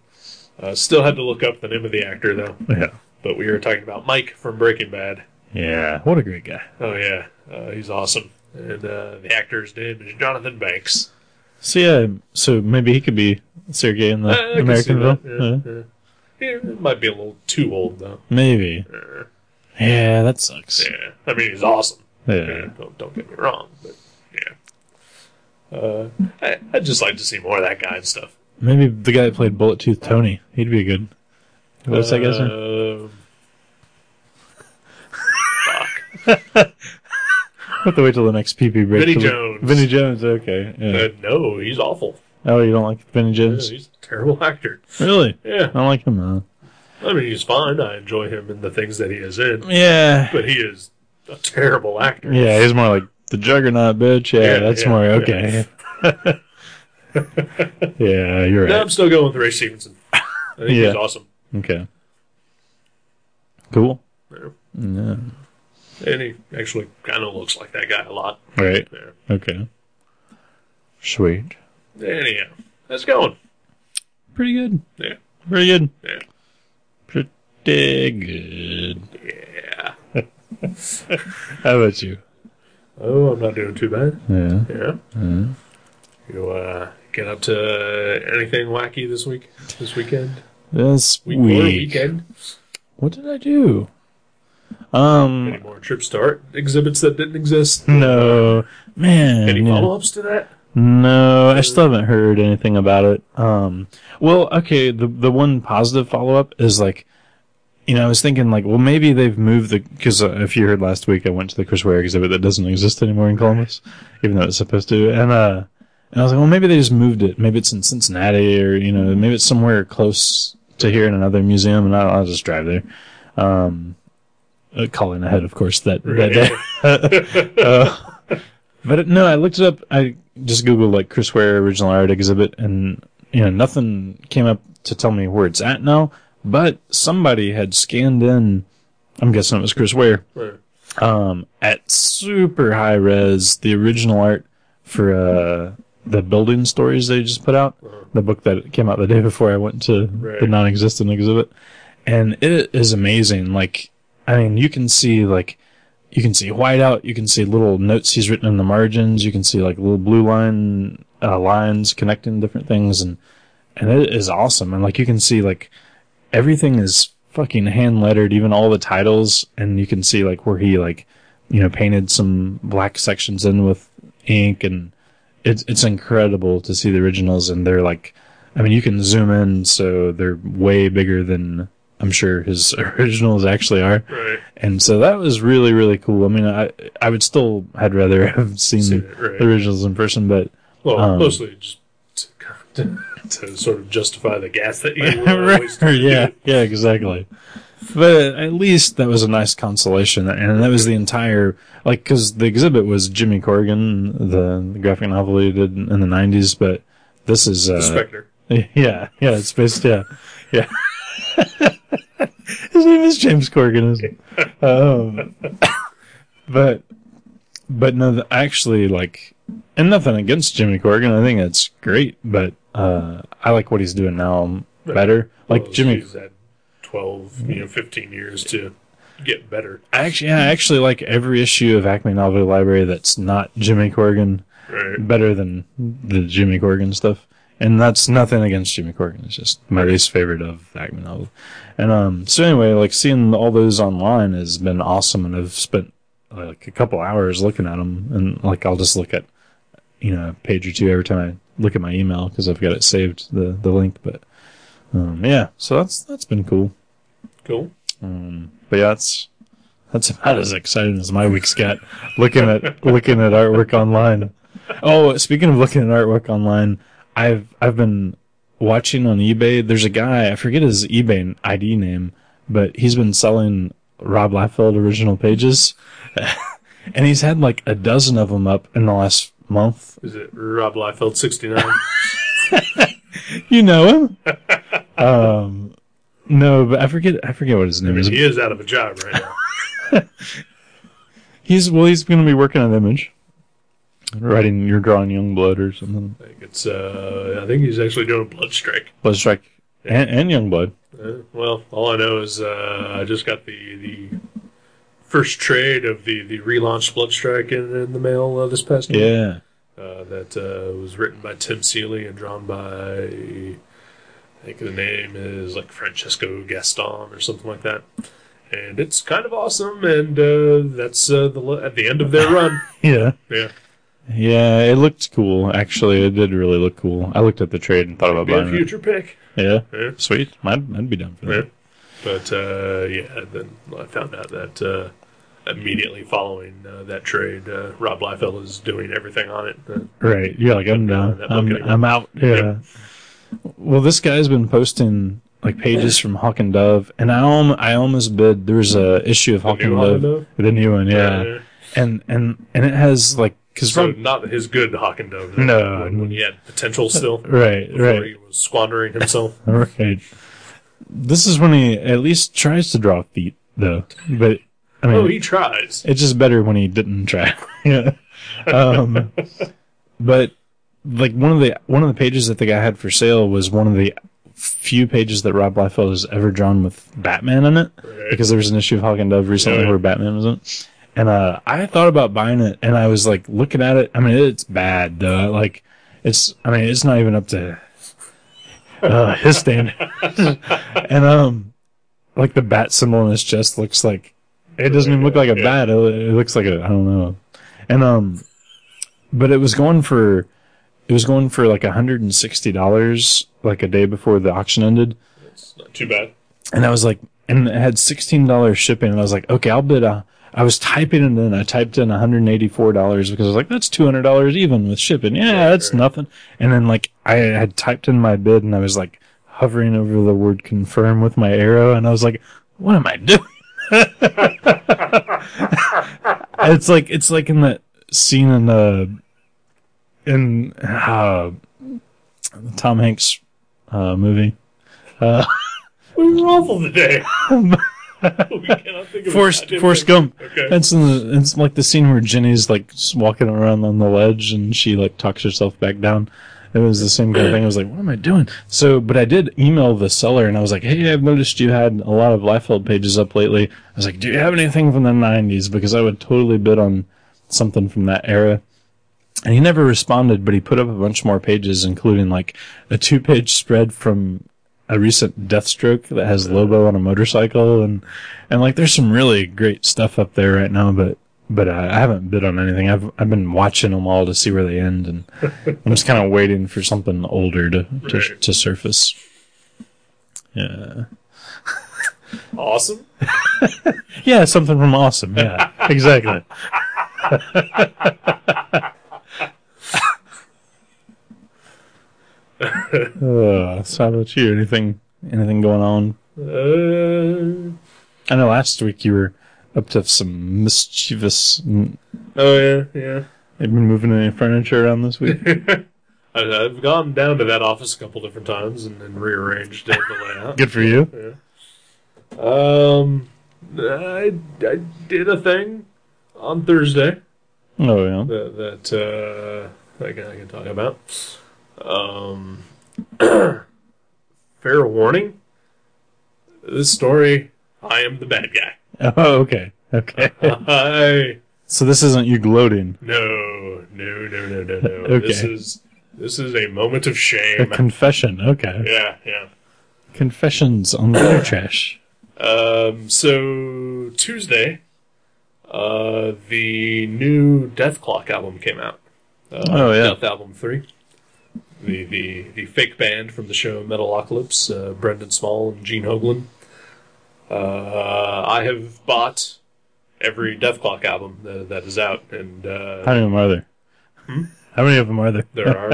Uh, still had to look up the name of the actor though.
Yeah.
But we were talking about Mike from Breaking Bad.
Yeah. What a great guy.
Oh yeah, uh, he's awesome. And uh, the actor's name is Jonathan Banks.
So yeah, uh, so maybe he could be Sergey in the
I- I can see
American
that,
film. Yeah.
Yeah, yeah. He might be a little too old though.
Maybe.
Uh,
Yeah, that sucks.
yeah, I mean he's awesome. Yeah,
Yeah.
don't, don't get me wrong, but yeah. Uh, I, I'd just like to see more of that guy and stuff.
Maybe the guy that played Bullet Tooth Tony. He'd be a good. What's that guy's name?
Um, Uh,
We'll have to wait till the next PP break.
Vinny
till we-
Jones.
Vinny Jones. Okay. Yeah.
uh, no, he's awful.
Oh, you don't like Vinny
Yeah,
Jones?
he's a terrible actor.
Really? I
Yeah,
don't like him. Though.
I mean he's fine. I enjoy him in the things that he is in,
Yeah.
but he is a terrible actor.
Yeah, he's more like the Juggernaut, bitch. Yeah,
Yeah,
that's
yeah,
more
yeah.
okay. Yeah, you're
No,
right.
I'm still going with Ray Stevenson. I think
Yeah.
he's awesome.
Okay. Cool.
Yeah.
Yeah.
And he actually kind of looks like that guy a lot.
All right.
Yeah.
Okay. Sweet.
Anyhow, that's going.
Pretty good.
Yeah.
Pretty good.
Yeah.
Pretty good.
Yeah.
How about you?
Oh, I'm not doing too bad.
Yeah.
Yeah.
Mm-hmm.
You uh, get up to uh, anything wacky this week? This weekend?
This
Week
week.
or weekend?
What did I do? Um.
Any more trips to art exhibits that didn't exist?
No, man.
Any
yeah.
follow ups to that?
No, I still haven't heard anything about it. Um, well, okay, the the one positive follow up is like, you know, I was thinking like, well, maybe they've moved the because uh, if you heard last week, I went to the Chris Ware exhibit that doesn't exist anymore in Columbus, even though it's supposed to, and uh, and I was like, well, maybe they just moved it. Maybe it's in Cincinnati or you know, maybe it's somewhere close to here in another museum, and I'll, I'll just drive there. Um, uh, calling ahead, of course, that that day. Uh, But it, no, I looked it up. I just googled like Chris Ware original art exhibit, and you know nothing came up to tell me where it's at now. But somebody had scanned in. I'm guessing it was Chris Ware
Or-
um, at super high res the original art for uh, the building stories they just put out, the book that came out the day before I went to the
Right.
non-existent exhibit, and it is amazing. Like, I mean, you can see like you can see whiteout, you can see little notes he's written in the margins, you can see like little blue line uh, lines connecting different things, and and it is awesome. And like you can see like everything is fucking hand lettered, even all the titles, and you can see like where he like you know painted some black sections in with ink, and it's it's incredible to see the originals, and they're like, I mean, you can zoom in, so they're way bigger than I'm sure his originals actually are,
Right.
and so that was really really cool. I mean, I I would still had rather have seen
Seen it, right.
the originals in person, but
Well,
Um,
mostly just to, to sort of justify the gas that you were
Right.
wasting.
yeah, yeah, exactly. But at least that was a nice consolation, and that was the entire like because the exhibit was Jimmy Corrigan, the, the graphic novel he did in the '90s, but this is uh,
The Spectre.
yeah, yeah, it's based yeah, yeah. His name is James Corgan, isn't it? Um, but but no, the- actually, like, and nothing against Jimmy Corgan. I think that's great, but uh, I like what he's doing now better. Like
Well,
Jimmy,
He's had 12, you know, 15 years to get better.
I actually, yeah, I actually like every issue of Acme Novelty Library that's not Jimmy Corgan
Right.
better than the Jimmy Corgan stuff. And that's nothing against Jimmy Corgan. It's just my least favorite of Ackman novel. And um, so anyway, like seeing all those online has been awesome, and I've spent like a couple hours looking at them, and like I'll just look at you know a page or two every time I look at my email because I've got it saved the the link. But um, yeah, so that's that's been cool.
Cool.
But yeah, that's that's about as exciting as my week's got. looking at looking at artwork online. Oh, speaking of looking at artwork online, I've I've been watching on eBay. There's a guy I forget his eBay ID name, but he's been selling Rob Liefeld original pages, and he's had like a dozen of them up in the last month.
Is it Rob Liefeld 69?
You know him. um, no, but I forget I forget what his name is.
he is out of a job right now.
He's well. He's going to be working on image, writing "You're Drawing Young Blood" or something.
I think it's, uh, I think he's actually doing a blood strike.
Blood Strike. and, and Youngblood.
Uh, well, all I know is uh, I just got the the first trade of the the relaunched Blood Strike in, in the mail uh, this past week.
Yeah,
Uh, that uh, was written by Tim Seeley and drawn by I think the name is like Francesco Gaston or something like that. And it's kind of awesome, and uh, that's uh, the le- at the end of their run.
yeah,
Yeah,
yeah. It looked cool. Actually, it did really look cool. I looked at the trade and thought about
be a
buying it.
future pick.
Yeah,
Yeah.
sweet. I'd, I'd be down for
Yeah.
that.
But uh, yeah, then I found out that uh, immediately following uh, that trade, uh, Rob Liefeld is doing everything on it. Uh,
Right. You're like, I'm down.
that book
I'm,
anymore.
I'm out. Yeah. Well, this guy's been posting like pages from Hawk and Dove, and I al- I almost bid. There was a issue of Hawk
new
and
Hawk and
Dove,
Dove?
the new one, yeah.
Yeah.
And and and it has like because
so
from
not his good Hawking Dove.
No.
when, when he had potential still.
right
Before
right
he was squandering himself.
right. This is when he at least tries to draw feet though, but I mean
oh, he tries.
It's just better when he didn't try. yeah. Um, but like one of the one of the pages that the guy had for sale was one of the few pages that Rob Liefeld has ever drawn with Batman in it because there was an issue of Hawk and Dove recently
Right.
where Batman was in. it. And uh, I thought about buying it, and I was like looking at it. I mean, it's bad though. Like, it's I mean, it's not even up to uh, his standard. and um, like the bat symbol on his chest looks like it doesn't even look like a
Yeah.
bat. It, it looks like a I don't know. And um, but it was going for it was going for like hundred and sixty dollars like a day before the auction ended,
It's not too bad.
and I was like, and it had sixteen dollars shipping, and I was like, okay, I'll bid. Uh, I was typing it in. I typed in one hundred and eighty four dollars because I was like, that's two hundred dollars even with shipping. Yeah, that's nothing. And then like I had typed in my bid, and I was like hovering over the word confirm with my arrow, and I was like, what am I doing? it's like it's like in that scene in the in uh, Tom Hanks uh, movie.
We were awful today. we cannot think of
Forrest
goddamn
Forrest
thing.
Gump.
Okay.
That's in the, it's like the scene where Jenny's like s- walking around on the ledge and she like talks herself back down. It was the same kind of thing. I was like, what am I doing? So, but I did email the seller and I was like, hey, I've noticed you had a lot of Liefeld pages up lately. I was like, do you have anything from the 90s? Because I would totally bid on something from that era. And he never responded, but he put up a bunch more pages, including like a two page spread from a recent Deathstroke that has Lobo on a motorcycle and and like there's some really great stuff up there right now, but but uh, I haven't bid on anything. I've I've been watching them all to see where they end, and I'm just kind of waiting for something older to to,
Right.
to surface. Yeah,
Awesome.
yeah, something from Awesome. Yeah, exactly. uh, so how about you? Anything anything going on
Uh,
I know last week you were up to some mischievous. Have
oh, yeah, yeah.
you been moving any furniture around this week?
I, I've gone down to that office a couple different times and, and rearranged uh, the layout.
Good for you.
Um, I, I did a thing on Thursday
Oh yeah.
that that uh, I, can, I can talk about. Um, fair warning. This story, I am the bad guy.
Oh okay. Okay.
I
so this isn't you gloating.
no no no no no no.
Okay.
This is this is a moment of
A
shame.
confession. Okay.
yeah yeah.
Confessions on the trash.
Um, so Tuesday, uh, the new Death Clock album came out. Uh,
Oh, yeah.
Death Album Three. The the the fake band from the show Metalocalypse, uh, Brendan Small and Gene Hoglan. Uh, I have bought every Death Clock album that, that is out, and
How
uh,
many of them are there? How many of them are Hmm? there?
there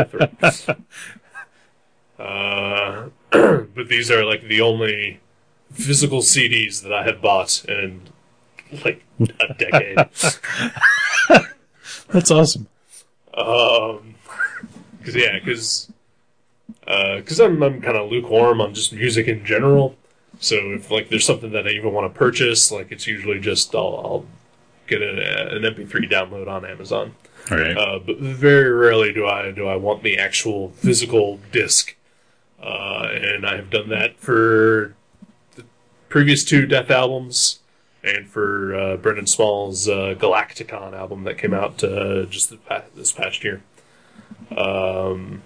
are three. Uh, but these are like the only physical CDs that I have bought in like a decade.
That's awesome.
Um, cause yeah, cause, uh, cause I'm, I'm kind of lukewarm on just music in general. So if like there's something that I even want to purchase, like it's usually just I'll, I'll get a, an MP3 download on Amazon.
All right.
Uh, but very rarely do I do I want the actual physical disc. Uh, and and I have done that for the previous two Death albums, and for uh, Brendan Small's uh, Galacticon album that came out uh, just the pa- this past year. Um,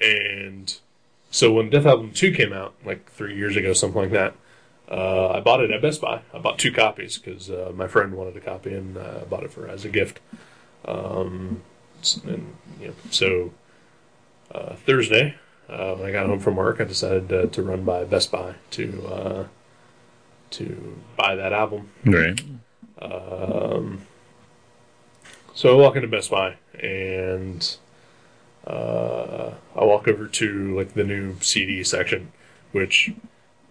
and so when Death Album Two came out, like three years ago, something like that, uh, I bought it at Best Buy. I bought two copies because uh, my friend wanted a copy, and uh, I bought it for her as a gift. Um, s- and you know, so uh, Thursday, uh, when I got home from work, I decided uh, to run by Best Buy to uh, to buy that album.
Right.
So I walk into Best Buy and uh, I walk over to like the new CD section, which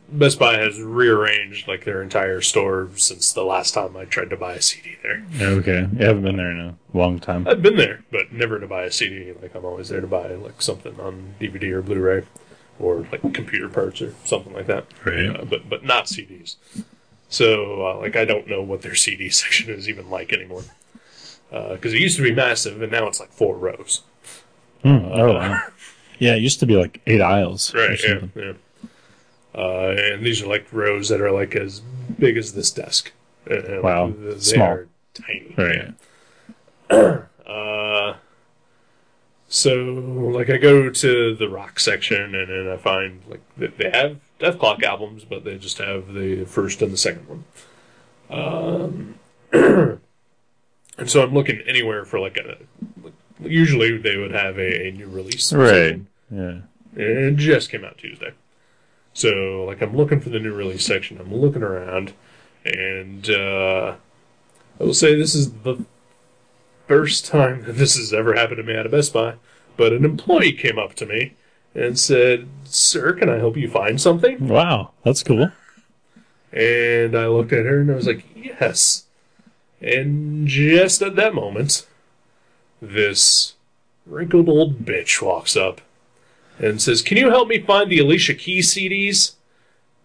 Best Buy has rearranged like their entire store since the last time I tried to buy a CD there.
Okay. I haven't been there in a long time.
I've been there, but never to buy a CD. Like I'm always there to buy like something on DVD or Blu-ray, or like computer parts or something like that.
Right.
Uh, but but not CDs. So uh, like I don't know what their CD section is even like anymore, because it used to be massive and now it's like four rows.
Hmm. Oh, wow. Yeah, it used to be like eight aisles. or
Right. Yeah.
something.
yeah. Uh, and these are like rows that are like as big as this desk. Uh, like,
Wow,
they
small.
are tiny.
Right.
Uh, so like I go to the rock section and then I find like that they have Death Clock albums, but they just have the first and the second one. Um, and so I'm looking anywhere for like a. like, Usually they would have a, a new release.
Right. Yeah.
It just came out Tuesday. So, like, I'm looking for the new release section. I'm looking around, and uh, I will say this is the first time that this has ever happened to me at a Best Buy. But an employee came up to me and said, Sir, can I help you find something?
Wow. That's cool.
And I looked at her and I was like, Yes. And just at that moment, this wrinkled old bitch walks up and says, Can you help me find the Alicia Keys CDs?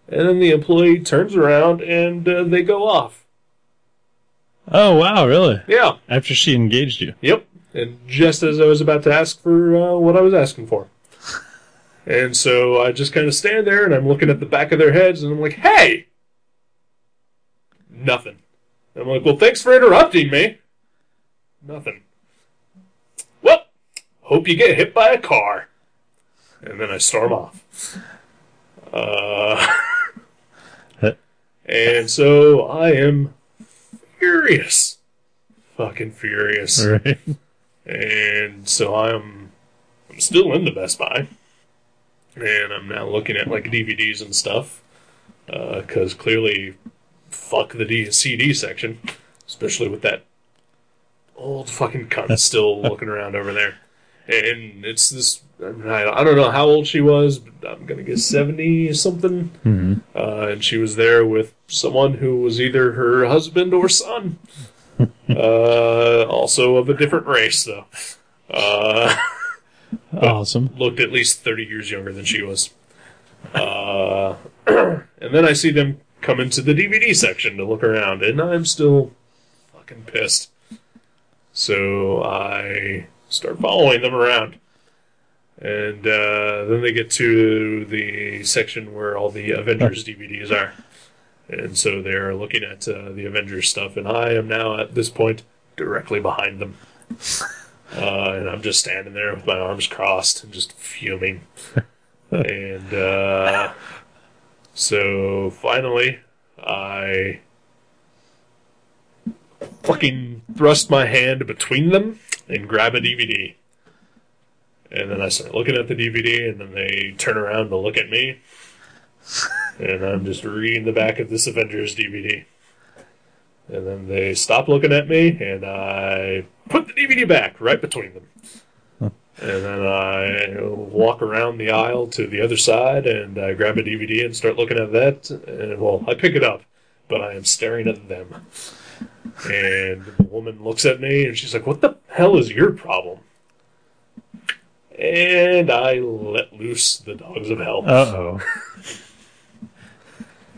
And then the employee turns around and uh, they go off.
Oh, wow. Really?
Yeah.
After she engaged you.
Yep. And just as I was about to ask for uh, what I was asking for. And so I just kind of stand there and I'm looking at the back of their heads and I'm like, hey! Nothing. I'm like, well, thanks for interrupting me. Nothing. Well, hope you get hit by a car. And then I storm off. Uh, and so I am furious. Fucking furious.
Right.
And so I'm I'm still in the Best Buy, and I'm now looking at like DVDs and stuff, because clearly, fuck the D- CD section, especially with that old fucking cunt still looking around over there. And it's this. I, mean, I, I don't know how old she was, but I'm gonna guess seventy something. Uh, and she was there with someone who was either her husband or son uh, also of a different race, though. Uh,
Awesome.
looked at least 30 years younger than she was. Uh, and then I see them come into the DVD section to look around, and I'm still fucking pissed. So I start following them around. And uh, then they get to the section where all the Avengers DVDs are. And so they're looking at uh, the Avengers stuff, and I am now at this point directly behind them. Uh, and I'm just standing there with my arms crossed and just fuming. and uh, so finally, I fucking thrust my hand between them and grab a DVD. And then I start looking at the DVD, and then they turn around to look at me. And I'm just reading the back of this Avengers DVD. And then they stop looking at me, and I put the DVD back right between them. And then I walk around the aisle to the other side, and I grab a DVD and start looking at that. And well, I pick it up, but I am staring at them. And the woman looks at me, and she's like, "What the hell is your problem?" And I let loose the dogs of hell
Uh oh.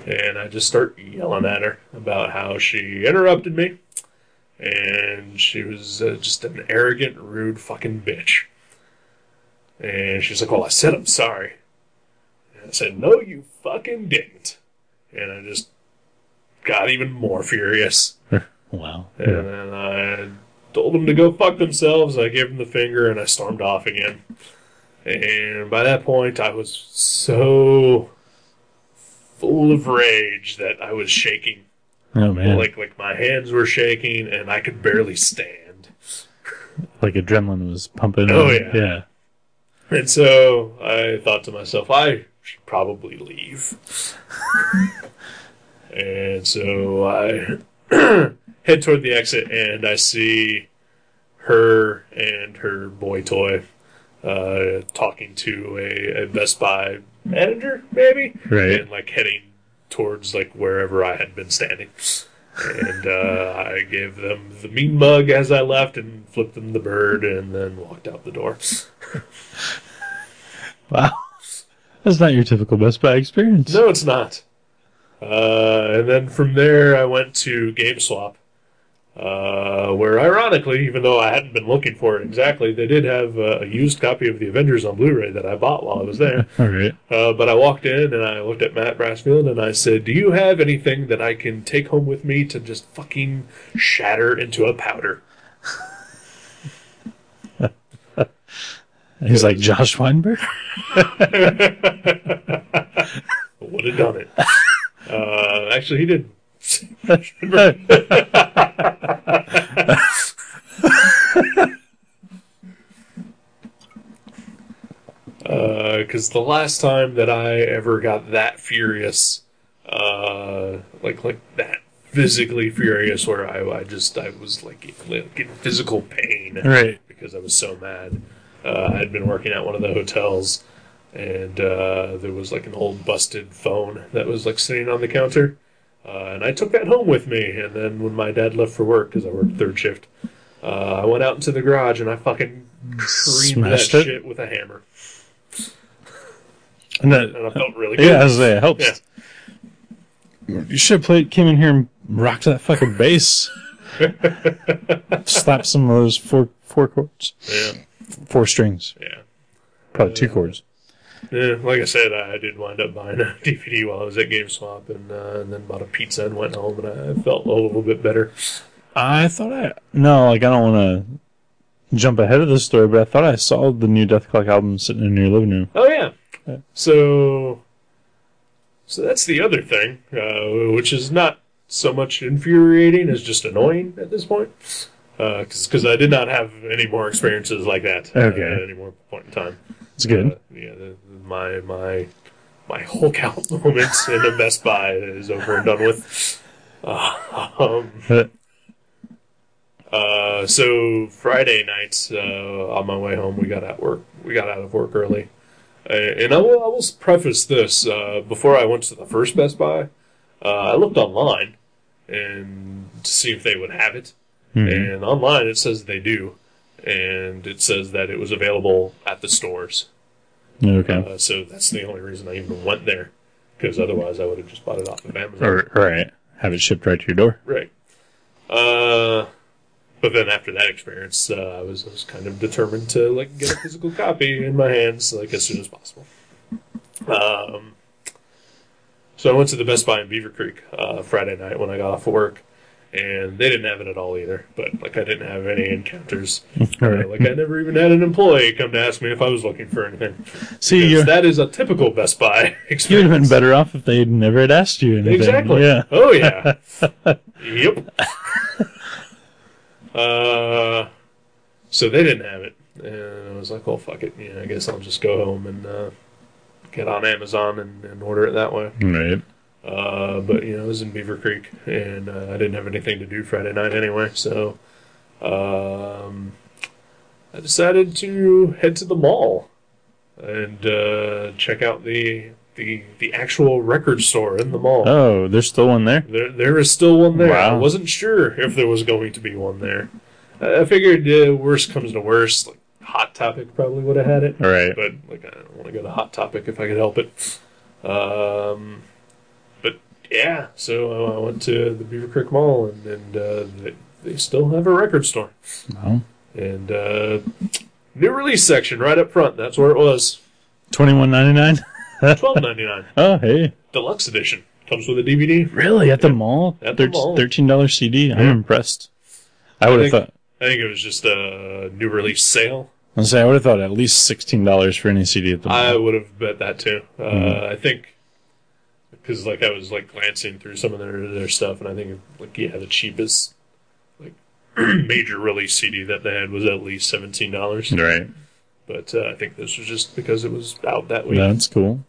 and I just start yelling at her about how she interrupted me, and she was uh, just an arrogant, rude fucking bitch. And she's like, Well, I said I'm sorry. And I said, No, you fucking didn't. And I just got even more furious.
Wow.
And then I told them to go fuck themselves. I gave them the finger and I stormed off again. And by that point, I was so full of rage that I was shaking.
Oh man.
Like,
Like,
like my hands were shaking and I could barely stand.
adrenaline was pumping.
Oh, yeah.
and- Yeah.
And so I thought to myself, I should probably leave. and so I head toward the exit and I see her and her boy toy uh, talking to a, a Best Buy manager, maybe?
Right.
And like heading towards like wherever I had been standing. And uh, I gave them the mean mug as I left and flipped them the bird and then walked out the door.
Wow. That's not your typical Best Buy experience.
No, it's not. Uh, and then from there, I went to GameSwap, uh, where ironically, even though I hadn't been looking for it exactly, they did have uh, a used copy of the Avengers on Blu-ray that I bought while I was there.
All right.
Uh, but I walked in and I looked at Matt Brassfield and I said, "Do you have anything that I can take home with me to just fucking shatter into a powder?"
He's like Josh Weinberg.
Would have done it. uh, actually, he did. because Uh, the last time that I ever got that furious, uh, like like that physically furious, where I, I just I was like in, like, in physical pain
Right.
because I was so mad. Uh, I'd been working at one of the hotels, and uh, there was like an old busted phone that was like sitting on the counter, uh, and I took that home with me. And then when my dad left for work because I worked third shift, uh, I went out into the garage and I fucking creamed that
Smashed it?
shit with a hammer,
And that.
and I felt really good.
yeah, I was like, it helps.
Yeah.
You should have played. Came in here and rocked that fucking bass. Slap some of those four four chords,
yeah,
four strings,
yeah.
probably two chords.
Yeah, like I said, I did wind up buying a DVD while I was at GameStop, and, uh, and then bought a pizza and went home, and I felt a little bit better.
I thought I no, like I don't want to jump ahead of the story, but I thought I saw the new Death Clock album sitting in your living room.
Oh yeah. So, so that's the other thing, uh, which is not so much infuriating as just annoying at this point, because I did not have any more experiences like that uh,
Okay.
at any more point in time.
It's good.
Uh, yeah, the, my my my Hulk out moments in a Best Buy is over and done with. Um,
Uh,
uh, so Friday nights, uh, on my way home, we got out work. We got out of work early, uh, and I will, I will preface this uh, before I went to the first Best Buy. Uh, I looked online and to see if they would have it,
Hmm. Mm-hmm.
and online it says they do, and it says that it was available at the stores.
okay.
Uh, so that's the only reason I even went there, because otherwise I would have just bought it off of Amazon.
All right. Have it shipped right to your door.
Right. Uh, but then after that experience, uh, I was I was kind of determined to like get a physical copy in my hands like as soon as possible. Um, so I went to the Best Buy in Beaver Creek uh, Friday night when I got off of work, and they didn't have it at all either. But like I didn't have any encounters.
All
Uh, like I never even had an employee come to ask me if I was looking for anything.
See,
Because
you're,
that is a typical Best Buy
you would
experience.
have been better off if they never had asked you anything.
Exactly.
Yeah.
Oh yeah. yep. uh, so they didn't have it, and I was like, "Well, fuck it. Yeah, I guess I'll just go home and uh, get on Amazon and, and order it that way."
Right.
Uh, but you know, I was in Beaver Creek, and uh, I didn't have anything to do Friday night anyway, so um, I decided to head to the mall and uh, check out the the the actual record store in the mall.
Oh, there's still one there.
There, there is still one there.
Wow.
I wasn't sure if there was going to be one there. I I figured uh, worst comes to worst, like Hot Topic probably would have had it,
All right.
but like I don't want to go to Hot Topic if I could help it. Um, but yeah, so I- I went to the Beaver Creek Mall, and, and uh, they, they still have a record store,
Well,
and uh, New release section right up front. That's where it was.
Twenty one ninety nine.
Twelve ninety nine.
Oh hey,
Deluxe edition. Comes with a DVD.
really at the mall?
At the
Thir-
mall.
Thirteen dollar CD. I'm
Yeah.
impressed. I would have
think-
thought.
I think it was just a new release sale.
I say I would have thought at least sixteen dollars for any CD at the
I
mall.
would have bet that too. Uh,
Mm-hmm.
I think because like I was like glancing through some of their their stuff, and I think like yeah, the cheapest like major release CD that they had was at least seventeen dollars.
right.
But uh, I think this was just because it was out that week.
That's cool.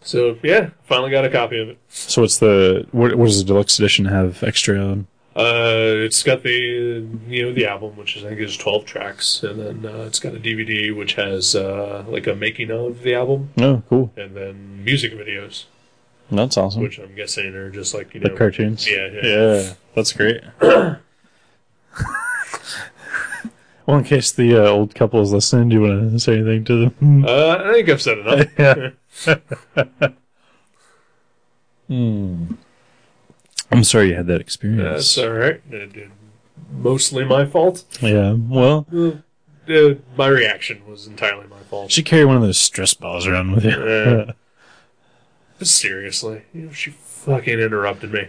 So yeah, finally got a copy of it.
So what's the what? What does the deluxe edition have extra?
Uh, it's got the you know the album, which I think is twelve tracks, and then uh, it's got a DVD which has uh, like a making of the album,
Oh, cool.
and then music videos,
That's awesome.
which I'm guessing are just like you
the
know
cartoons.
Yeah, yeah.
yeah. That's great. well, in case the uh, old couple is listening, do you want to say anything to them?
Uh, I think I've said enough.
yeah. Hmm. I'm sorry you had that experience.
That's all right. It- it- mostly my fault.
yeah. Well,
Uh, uh, my reaction was entirely my
you
fault.
should carry one of those stress balls around with you.
Yeah. But seriously, you know, she fucking interrupted me.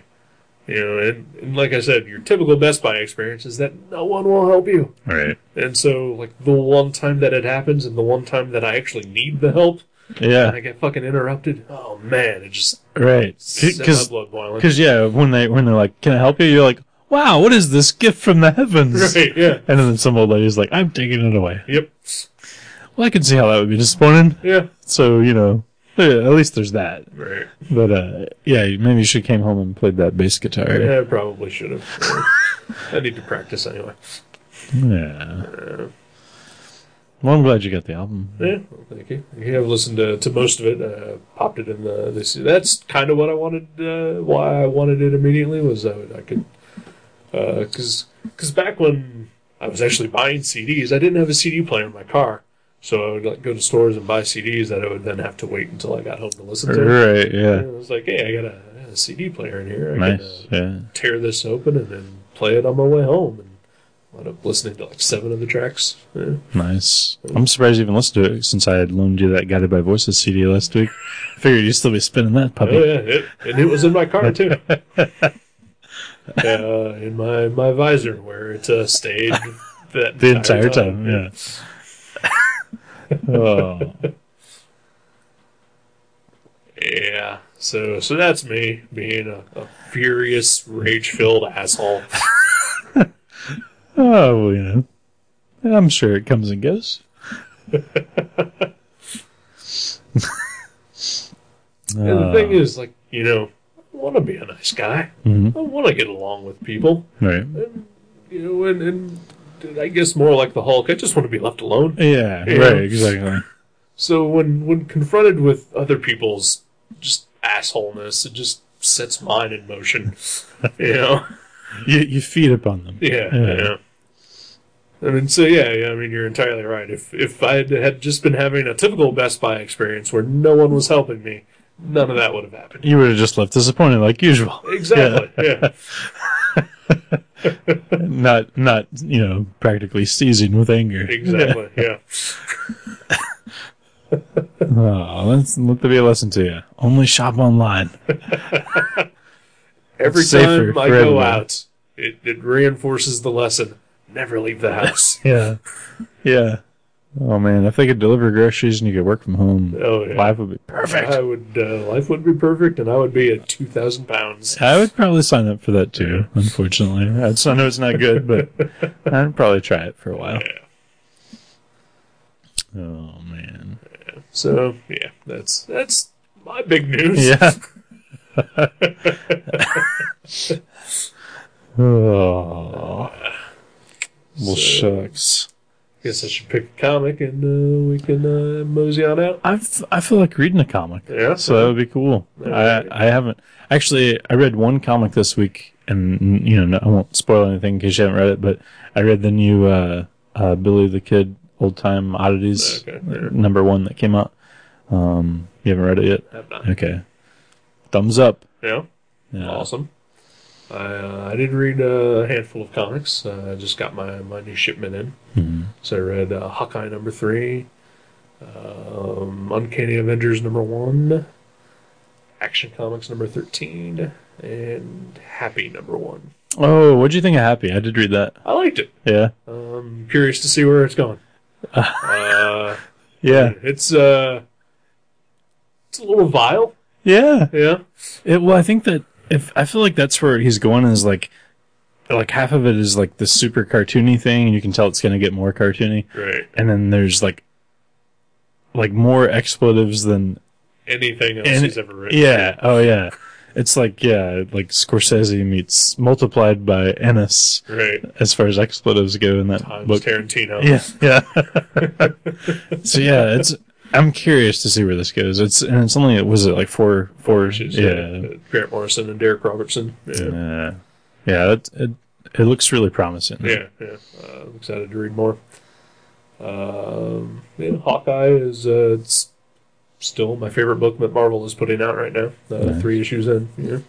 You know, and, and like I said, your typical Best Buy experience is that no one will help you.
right.
And so, like, the one time that it happens and the one time that I actually need the help, I
Yeah.
get fucking interrupted. Oh, man, it just
Right.
set my
Because
blood boiling.
Because yeah, when they when they're like, "Can I help you?" You're like, "Wow, what is this gift from the heavens?"
Right, yeah.
And then some old lady's like, "I'm taking it away."
Yep.
Well, I can see how that would be disappointing.
Yeah.
So you know, yeah, at least there's that.
Right.
But uh, yeah, maybe you should came home and played that bass guitar.
Yeah, I probably should have. I need to practice anyway.
Yeah. Well, I'm glad you got the album.
Yeah, well, thank you. You have listened to, to most of it. Uh, popped it in the this. That's kind of what I wanted. Uh, why I wanted it immediately was I, would- I could because because back when I was actually buying CDs, I didn't have a CD player in my car, so I would like go to stores and buy CDs that I would then have to wait until I got home to listen to.
Right. Yeah.
And I was like, hey, I got a, I got a CD player in here. I can, uh,
Nice. Yeah.
tear this open and then play it on my way home and wound up listening to like seven of the tracks. Yeah.
Nice. I'm surprised you even listened to it since I had loaned you that Guided by Voices CD last week. Figured you'd still be spinning that
Oh
puppy.
yeah, it, and it was in my car too. uh, in my my visor where it uh, stayed that
the entire time. Yeah. oh.
yeah. Yeah. So so that's me being a, a furious, rage filled asshole.
Oh, well, you know. I'm sure it comes and goes.
And the
Uh.
thing is, like you know, I want to be a nice guy.
Mhm.
I want to get along with people.
Right.
You know, and and I guess more like the Hulk. I just want to be left alone.
Yeah,
Yeah.
right, exactly.
So when when confronted with other people's just assholeness, it just sets mine in motion. you know?
You, you feed upon them.
Yeah,
Yeah.
yeah. I mean, so yeah, yeah, I mean, you're entirely right. If if I had, had just been having a typical Best Buy experience where no one was helping me, none of that would have happened.
You would have just left disappointed like usual.
Exactly. Yeah.
Not, not you know, practically seizing with anger.
Exactly. Yeah.
Oh, that's, let that be a lesson to you. Only shop online.
Every
It's safer
time I
for
go
everyone.
out, it, it reinforces the lesson: never leave the house.
Yeah. Yeah. Oh, man. If they could deliver groceries and you could work from home,
Oh yeah.
life would be perfect.
I would uh, life would be perfect, and I would be at two thousand pounds.
I would probably sign up for that too. Unfortunately, That's- I know it's not good, but I'd probably try it for a while. Oh man,
So yeah, that's that's my big news.
yeah. oh, well, shucks.
guess I should pick a comic, and uh, we can uh, mosey on out.
I f- I feel like reading a comic.
Yeah.
So that would be cool. I I haven't actually. I read one comic this week, and you know no, I won't spoil anything in case you haven't read it. But I read the new uh, uh, Billy the Kid old time oddities
Okay.
number one that came out. Um, you haven't read it yet?
Have not.
Okay. Thumbs up.
Yeah.
Yeah.
Awesome. I, uh, I did read uh, a handful of comics. Uh, I just got my, my new shipment in.
Hmm.
So I read uh, Hawkeye number three, um, Uncanny Avengers number one, Action Comics number 13, and Happy number one.
Oh, what'd you think of Happy? I did read that.
I liked it.
Yeah.
Um, curious to see where it's going. uh,
Yeah.
it's, uh, it's a little vile.
Yeah.
Yeah.
It, well, I think that if I feel like that's where he's going is like, like half of it is like the super cartoony thing, and you can tell it's going to get more cartoony.
Right.
And then there's like, like more expletives than
Anything else
And-
he's ever written.
yeah. Oh yeah. It's like yeah, like Scorsese meets multiplied by Ennis
Right.
as far as expletives go in that
Times
book.
Tarantino.
Yeah, yeah. so yeah, it's. I'm curious to see where this goes. It's and it's only was it like four four
Which is,
yeah
uh, Grant Morrison and Derek Robertson. Yeah.
yeah Uh, yeah it, it it looks really promising.
Yeah, yeah. Uh, I'm excited to read more. Um, yeah, Hawkeye is uh, it's still my favorite book that Marvel is putting out right now. Uh,
Nice.
Three issues in. Yeah.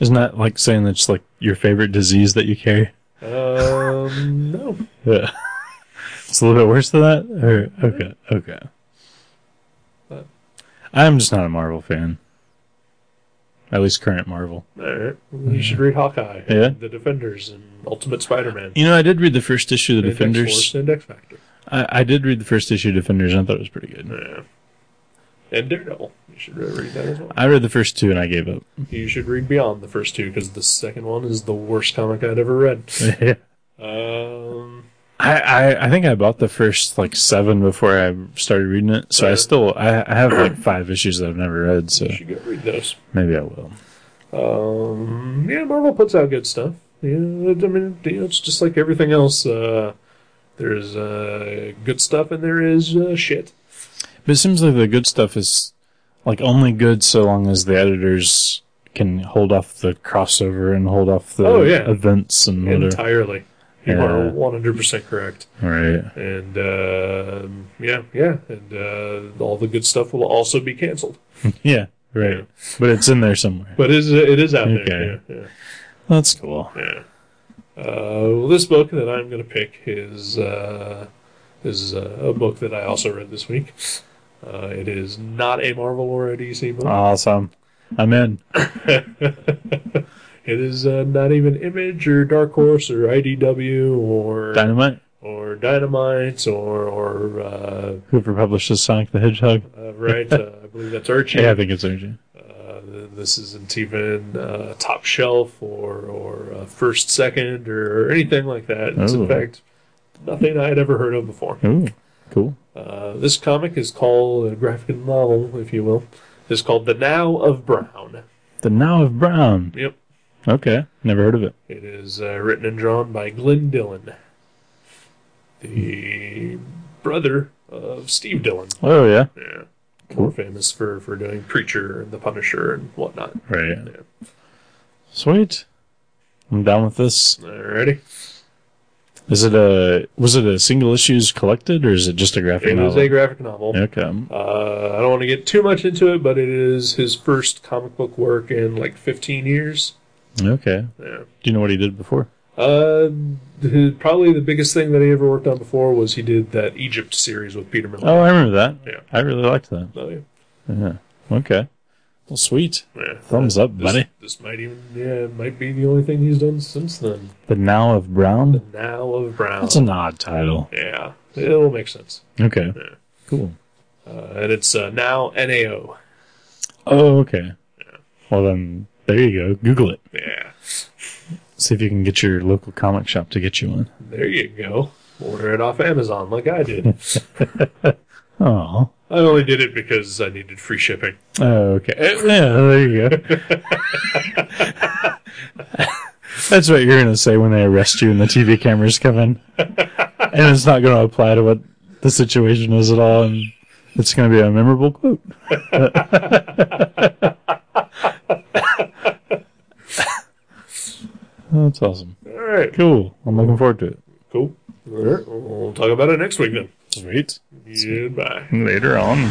Isn't that like saying that's like your favorite disease that you carry?
Um, no,
Yeah. it's a little bit worse than that. Or, okay, okay.
But-
I'm just not a Marvel fan. At least current Marvel.
all right. You should read Hawkeye, and
Yeah.
The Defenders, and Ultimate Spider-Man.
You know, I did read the first issue of the
and X-Force
Defenders.
and X Factor.
I, I did read the first issue of Defenders, and I thought it was pretty good.
Yeah. And Daredevil. You should uh, read that as well.
I read the first two and I gave up.
You should read Beyond the first two because the second one is the worst comic I'd ever read. um,
I, I, I think I bought the first like seven before I started reading it. So I
Yeah.
still I, I have like five issues that I've never read. So
you should go read those.
maybe I will.
Um, yeah, Marvel puts out good stuff. Yeah, I mean, you know, it's just like everything else. Uh, there's uh, good stuff and there is uh, shit.
But it seems like the good stuff is like only good so long as the editors can hold off the crossover and hold off the
Oh, yeah.
events and whatever.
Entirely. You
Yeah.
are 100% correct.
Right.
And uh, yeah, yeah. And uh, all the good stuff will also be canceled.
Yeah. Right.
Yeah.
But it's in there somewhere.
But it is, it is out
Okay.
there. Yeah, yeah.
That's cool.
Yeah. Uh, well, this book that I'm going to pick is uh, is uh, a book that I also read this week. Uh, it is not a Marvel or a DC
Ah.
book.
Awesome. I'm in.
it is uh, not even Image or Dark Horse or IDW or
Dynamite.
or Dynamite or or uh,
Whoever publishes Sonic the Hedgehog.
uh, right. uh, I believe that's Archie.
Yeah, I think it's Archie.
Uh, th- this isn't even uh, top shelf or or uh, first second or anything like that. It's
Oh. Hmm.
in fact nothing I had ever heard of before.
Ooh, cool.
Uh, this comic is called a graphic novel, if you will. It's called The Now of Brown.
The Now of Brown.
Yep.
Okay. Never heard of it.
It is uh, written and drawn by Glenn Dillon, the brother of Steve Dillon.
Oh, yeah.
Yeah.
Cool.
More famous for, for doing Preacher and The Punisher and whatnot.
Right.
Yeah.
Sweet. I'm down with this.
Alrighty.
Is it a was it a single issues collected or is it just a graphic
It
novel?
is a graphic novel.
okay.
Uh, I don't want to get too much into it, but it is his first comic book work in like 15 years.
Okay.
Yeah.
Do you know what he did before?
Uh, the, probably the biggest thing that he ever worked on before was he did that Egypt series with Peter Miller.
Oh, I remember that.
Yeah.
I really liked that.
Oh, yeah.
Yeah. Okay. Well, sweet.
yeah.
Thumbs up,
this,
buddy.
This might even yeah it might be the only thing he's done since then.
The Now of
The
Brown.
Now of Brown.
That's an odd title.
yeah, it'll make sense.
Okay.
Yeah.
Cool.
Uh, and it's uh, now Nao.
Oh, okay. Well then, there you go. Google it.
Yeah,
See if you can get your local comic shop to get you one.
there you go. Order it off Amazon like I did.
Oh.
I only did it because I needed free shipping.
Oh, okay. Eh, Yeah, there you go. That's what you're going to say when they arrest you and the TV cameras come in. And it's not going to apply to what the situation is at all. And it's going to be a memorable quote. That's awesome.
All right,
Cool. I'm looking forward to it.
cool. All right, we'll talk about it next week then.
Sweet.
Goodbye.
Later on.
You're